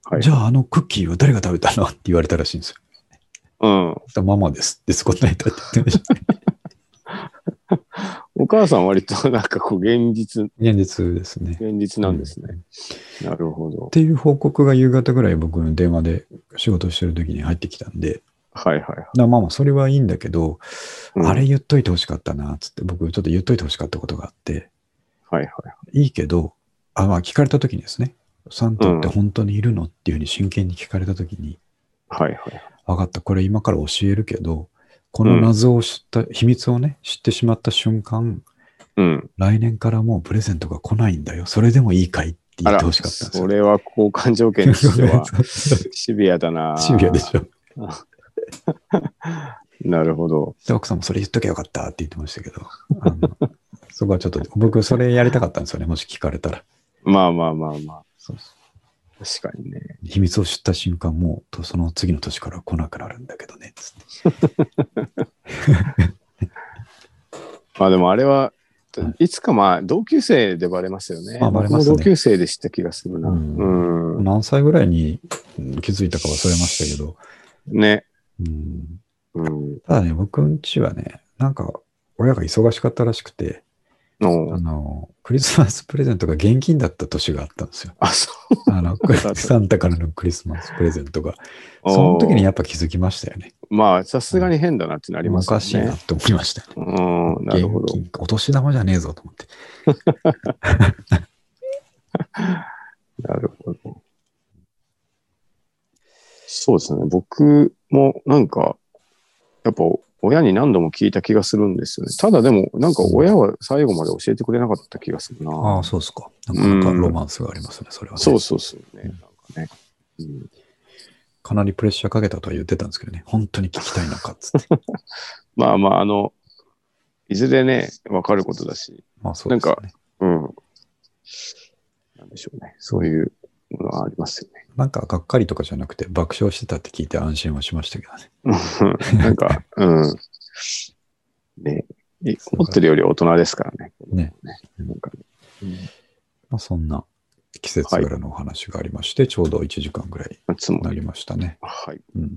S2: はい
S1: じゃあ、あのクッキーは誰が食べたのって言われたらしいんですよ。
S2: うん。
S1: そしたらママですって、そこないとって言
S2: <laughs>
S1: ってました。
S2: お母さん割となんかこう現実、
S1: 現実ですね。
S2: 現実なんですね。なるほど
S1: っ。ていう報告が夕方ぐらい僕の電話で仕事してる時に入ってきたんで、だか
S2: はいはいはい。
S1: らまあまあそれはいいんだけど、
S2: うん
S1: あれ言っといてほしかったな、つって僕ちょっと言っといてほしかったことがあって、
S2: はいはい。
S1: いいけど、あまあ聞かれた時にですね、サンタって本当にいるのっていうふうに真剣に聞かれた時に、
S2: はいはい。
S1: 分かった、これ今から教えるけど、この謎を知った、秘密をね、知ってしまった瞬間、
S2: うん。
S1: 来年からもうプレゼントが来ないんだよ。それでもいいかいって
S2: あ
S1: 言ってほ
S2: ら、
S1: しかったんです
S2: そ
S1: よ。
S2: れは交換条件として
S1: <laughs>
S2: は
S1: そう
S2: シビアだな。
S1: シビアでしょ。
S2: なるほど。
S1: で、奥さんもそれ言っときゃよかったって言ってましたけど、あの <laughs> そこはちょっと、僕、それやりたかったん
S2: <laughs>
S1: ですよね、もし聞かれたら。
S2: まあまあまあま
S1: そうそ
S2: あ。確かにね。
S1: う秘密を知った瞬間、もうと、その次の年から来なくなるんだけどね、つって。
S2: まあでもあれは
S1: はい
S2: つかまあ同級生でバレますよね。
S1: まあバレますね
S2: 僕も同級生でした気がするな。
S1: う
S2: うんん。
S1: 何歳ぐらいにうん気づいたか忘れましたけど、
S2: ね。
S1: うん、
S2: うん。
S1: ただね、僕んちはね、なんか、親が忙しかったらしくて、
S2: の
S1: あの、クリスマスプレゼントが現金だった年があったんですよ。
S2: あ、そ
S1: あ
S2: <laughs>
S1: の、
S2: った
S1: サンタからのクリスマスプレゼントが。
S2: う。
S1: その時にやっぱ気づきましたよね。
S2: まあ、さすがに変だなってなりま
S1: お
S2: すよね。
S1: かしいなって思いました。
S2: うん、なるほど
S1: 現。金お年玉じゃねえぞと思って。
S2: なるほど。そうですね。僕もなんか、やっぱ親に何度も聞いた気がするんですよね。ただでも、なんか親は最後まで教えてくれなかった気がするな。
S1: ああ、そうですか。なかなか
S2: うん
S1: ロマンスがありますね、それは、ね。
S2: そうそうそうね。
S1: うん
S2: なんかね。うん
S1: かなりプレッシャーかけたとは言ってたんですけどね、本当に聞きたいのかっつ
S2: <laughs>
S1: って。
S2: まあまあ、あの、いずれね、わかることだし、
S1: まあそうですよね。
S2: うん。なんでしょうね。そういうものはありますよね。
S1: なんかがっかりとかじゃなくて爆笑してたって聞いて安心はしましたけどね。
S2: <laughs> なんか、うん。ね、い思ってるより大人ですからね。
S1: ね
S2: なんかね、
S1: まあそんな季節柄のお話がありまして、ちょうど1時間ぐらい
S2: 夏も
S1: にな。りましたね。
S2: はい。
S1: うん。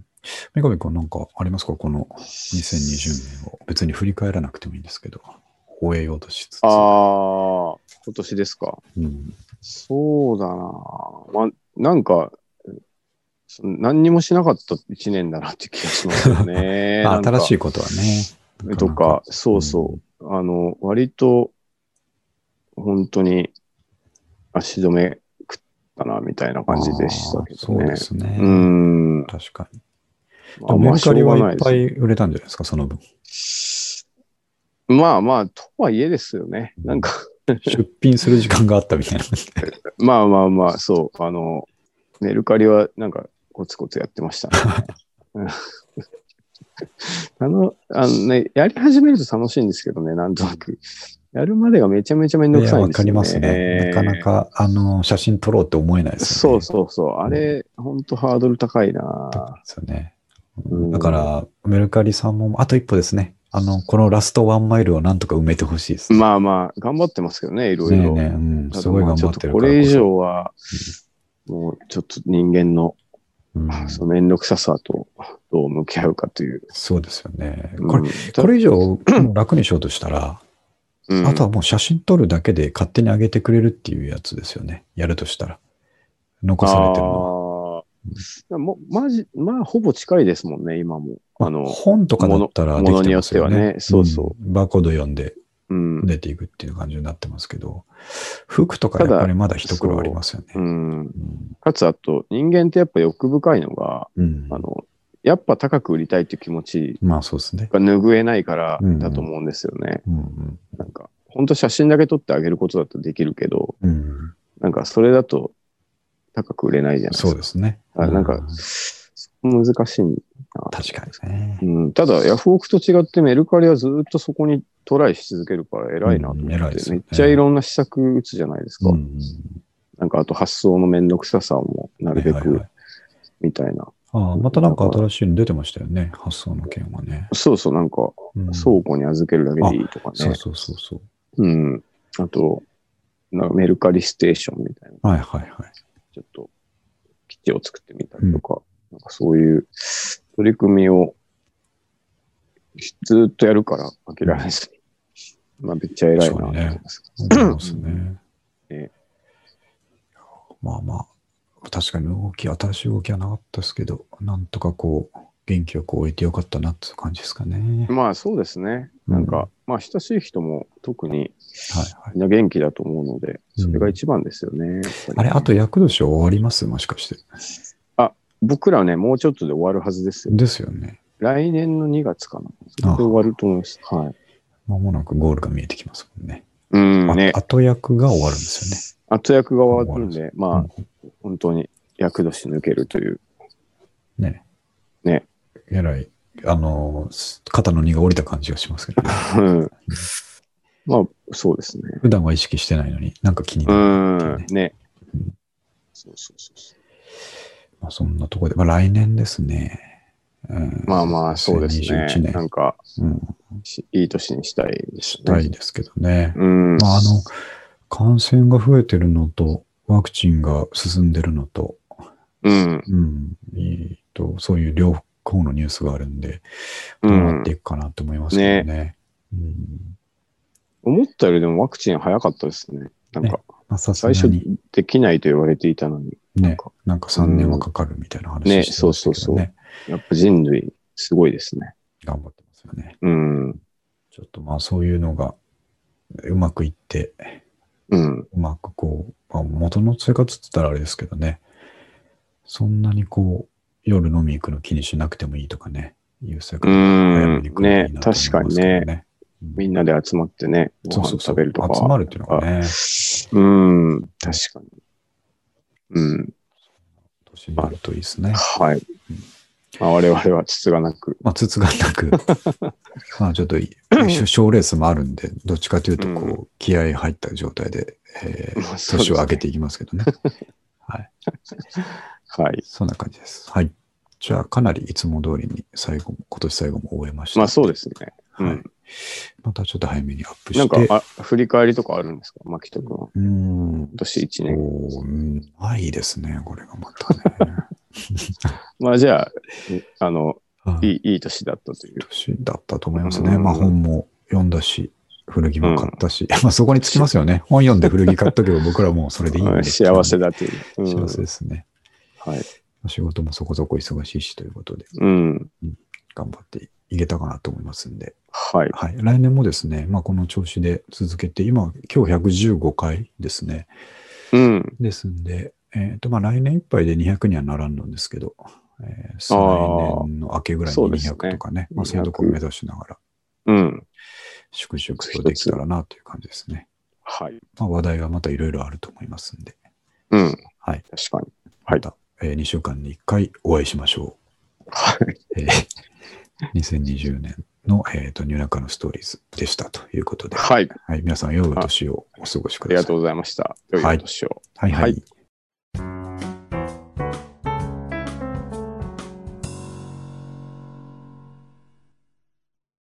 S1: 三上君なんかありますかこの2020年を。別に振り返らなくてもいいんですけど、終えようとしつつ。
S2: ああ、今年ですか。
S1: うん。
S2: そうだな。まあ、なんか、その何にもしなかった一年だなって気がしますよ
S1: <laughs>
S2: ね。
S1: まあ、新し
S2: い
S1: いことはね。な
S2: と
S1: な
S2: か、そうそう。あの、割と、本当に足止め食ったな、みたいな感じでしたけど
S1: あーそう
S2: ね
S1: で。すね。
S2: うん。
S1: 確かに。
S2: ま
S1: で
S2: あ
S1: もメルカリはいっぱ
S2: しょうがない
S1: い売れたんじゃないですか、そ
S2: <laughs>
S1: の分。
S2: ですまあまあ、とはいえですよね。なんか、 <laughs>
S1: 出品する時間があったみたいな。
S2: まあまあまあ、そう、あの、メルカリはなんかコツコツやってましたね、
S1: <laughs>
S2: うんあの、あのね、やり始めると楽しいんですけどね、なんとなく。やるまでがめちゃめちゃめんど
S1: い
S2: く
S1: や、
S2: さい
S1: わ
S2: んで
S1: か
S2: すよ、
S1: り
S2: ね。
S1: ますね。なかな。か、あの、写真撮ろうって思えないです
S2: そ
S1: よね。
S2: うそうそう。あれ、ほんとハードル高いな
S1: ですよね。
S2: うん
S1: だから、メルカリさんも、あと一歩ですね。あの、このラストワンマイルをなんとか埋めてほしいですね。
S2: まあまあ、頑張ってますけどね、いろい
S1: ねえ
S2: ろ。
S1: ねえ、うん、すごい頑張って
S2: た
S1: るから
S2: だまあちょとこ
S1: こそ。
S2: れ以上は、もうちょっと人間の
S1: うん、
S2: そのめんどくささとどう向き合うかという。
S1: そうですよね。
S2: うん
S1: これ、これ以上楽にしようとしたら、
S2: うん
S1: あとはもう写真撮るだけで勝手に上げてくれるっていうやつですよね。やるとしたら。残されてるのは。
S2: ああーもう、まじ、まあ、ほぼ近いですもんね、今も。あ
S1: まあ
S2: の、
S1: 本とかだったら
S2: も
S1: で
S2: の
S1: きてますよ
S2: ものによ
S1: ね。
S2: ってはねそうそ
S1: んバーコード読んで
S2: うん。
S1: 出ていくっていう感じになってますけど、服とかやっぱりまだ一苦労ありますよね。
S2: うん。
S1: うん
S2: かつ、あと、人間ってやっぱ欲深いのが、
S1: うん
S2: あの、やっぱ高く売りたいっていう気持ち
S1: まあそうですね。
S2: が拭えないから
S1: うん
S2: だと思うんですよね。
S1: うん
S2: なんか、ほんと写真だけ撮ってあげることだとできるけど、
S1: うんうん、
S2: なんか、それだと高く売れないじゃないですか。
S1: そうですね。
S2: あなん
S1: う
S2: か、難しいな。
S1: 確かにね。
S2: うん、ただ、ヤフオクと違ってメルカリはずっとそこにトライし続けるから偉いなと思って、
S1: うん偉いですよ
S2: め
S1: ね
S2: っちゃいろんな施策打つじゃないですか。
S1: うん
S2: なんかあと発想のめんどくささもなるべ
S1: はいはい
S2: く
S1: はい
S2: みたいな。
S1: ああまたなんか新しいの出てましたよね。発想の件はね。
S2: そうそう、なんか
S1: うん
S2: 倉庫に預けるだけでいいとかね。
S1: そうそうそうそう。
S2: うん。あと、なんかメルカリステーションみたいな。
S1: はいはいはい。
S2: ちょっと基地を作ってみたりとか、なんかそういう取り組みをずっとやるから諦めずに。まあ、めっちゃ偉いなと思います。
S1: 思いますね。
S2: ね
S1: まあまあ、確かに動き、新しい動きはなかったですけど、なんとかこう、元気よく置いてよかったなっていう感じですかね。
S2: まあそうですね。
S1: うん
S2: なんか、まあ親しい人も特に
S1: はいはい。
S2: みんな元気だと思うので、
S1: うん
S2: それが一番ですよね。やっぱり
S1: あれ、あと役年は終わりますもしかして。
S2: 僕らはね、もうちょっとで終わるはずですよ。
S1: ですよね。
S2: 来年の2月かな。それで終わると思います。はい。
S1: まもなくゴールが見えてきますもんね。
S2: うん
S1: あ
S2: ね。
S1: 後役が終わるんです
S2: 後役が終わるんで、まあ、
S1: よね。
S2: 本当に役年抜けるという。
S1: うんね。
S2: ね。
S1: えらい、あのー、す肩の荷が下りた感じがしますけど、ね、
S2: うんまあ、そうですね。
S1: 普段は意識してないのになんか気にな
S2: う
S1: る。
S2: ん。ね
S1: うん。
S2: そうそうそうそう。
S1: まあ、そんなところで、まあ、来年ですね。うん
S2: まあまあ、そうです
S1: 2021
S2: ね。な
S1: 年
S2: んか、
S1: うん、
S2: しいい年にしたいですね。
S1: したいですけどね。
S2: うん。
S1: まあ、あの、感染が増えてるのと、ワクチンが進んでるのと、
S2: うん。
S1: うん、えっと、そういう両方のニュースがあるんで、ど
S2: う
S1: うなっ
S2: ん
S1: ていくかなと思いますけどね。うん
S2: 思ったよりでもワクチン早かったですね。なん
S1: ね
S2: か、
S1: まあ、さすが
S2: 最初
S1: に
S2: できないと言われていたのに、
S1: ね、
S2: か
S1: なんか3年はかかるみたいな話
S2: ね
S1: してましたけど
S2: そうそうそ
S1: ね。
S2: やっぱ人類すごいですね。
S1: 頑張ってますよね。
S2: うん。
S1: ちょっとまあそういうのがうまくいって、
S2: うん。
S1: うまくこう、まあ、元の生活って言ったらあれですけどね、そんなにこう、夜飲み行くの気にしなくてもいいとかね、いう生活
S2: う
S1: 早め
S2: ん
S1: に。来る
S2: ね
S1: といい、なと思い
S2: 確か
S1: ます
S2: に
S1: けど
S2: ね。
S1: ね。うん
S2: みんなで集まってね、ご
S1: そう
S2: 飯
S1: そうそう
S2: 食べるとかは。
S1: 集まるっていうのがね、
S2: うん。確かに。うん。
S1: 年になるといいですね。
S2: はい。まあ、我々はつつがなく。
S1: まあ、つつがな
S2: <laughs>
S1: く、まあちょっとい、賞レースもあるんで、どっちかというと、こう、気合い入った状態で、えー
S2: まあそうです
S1: 年
S2: ね
S1: を上げていきますけどね。はい。
S2: はい。
S1: そんな感じです。はい。じゃあ、かなりいつも通りに最後も、今年最後も終えました。
S2: まあ、そうですね。う
S1: はい
S2: ん。
S1: またちょっと早めにアップ
S2: なん
S1: し
S2: か
S1: て。、
S2: あ、振り返りとかあるんですか牧人君は。
S1: うーん。
S2: 今年1年。
S1: おーうんないですね、これがまたね。
S2: まあじゃあ、あの、
S1: はいい
S2: <laughs> い、いい年だったという。
S1: 年だったと思いますね。
S2: うん
S1: まあ本も読んだし、古着も買ったし、 <laughs> まあそこにつきますよね。本読んで古着買ったけど、僕らもうそれでいいんで。
S2: はい幸せ。だという。うん
S1: 幸せですね。
S2: はい。
S1: 仕事もそこそこ忙しいしということで、
S2: うん。
S1: 頑張っていけたかなと思いますんで。
S2: はい。
S1: はい。来年もですね、まあこの調子で続けて、今、今日115回ですね。
S2: うん。
S1: ですんで、えっ、と、まあ来年いっぱいで200にはならんのですけど、えー、
S2: あー
S1: 来年の明けぐらいに
S2: そうですね
S1: 200とかね、まあそういうところを目指しながら、
S2: うん。
S1: 粛々とできたらなという感じですね。
S2: はい。
S1: まあ話題はまたいろいろあると思いますんで、
S2: うん。
S1: はい。
S2: 確かに。は
S1: ま
S2: い
S1: た、え2週間に1回お会いしましょ
S2: はい。
S1: う。えー2020年の、えー、と、ニューナカのストーリーズでしたということで、
S2: はい。
S1: はい、皆さん、良いお年をお過ごし
S2: あ
S1: く
S2: り
S1: だ
S2: が
S1: さ
S2: と
S1: い。
S2: うございました。良いお年を。
S1: はい、は
S2: はいい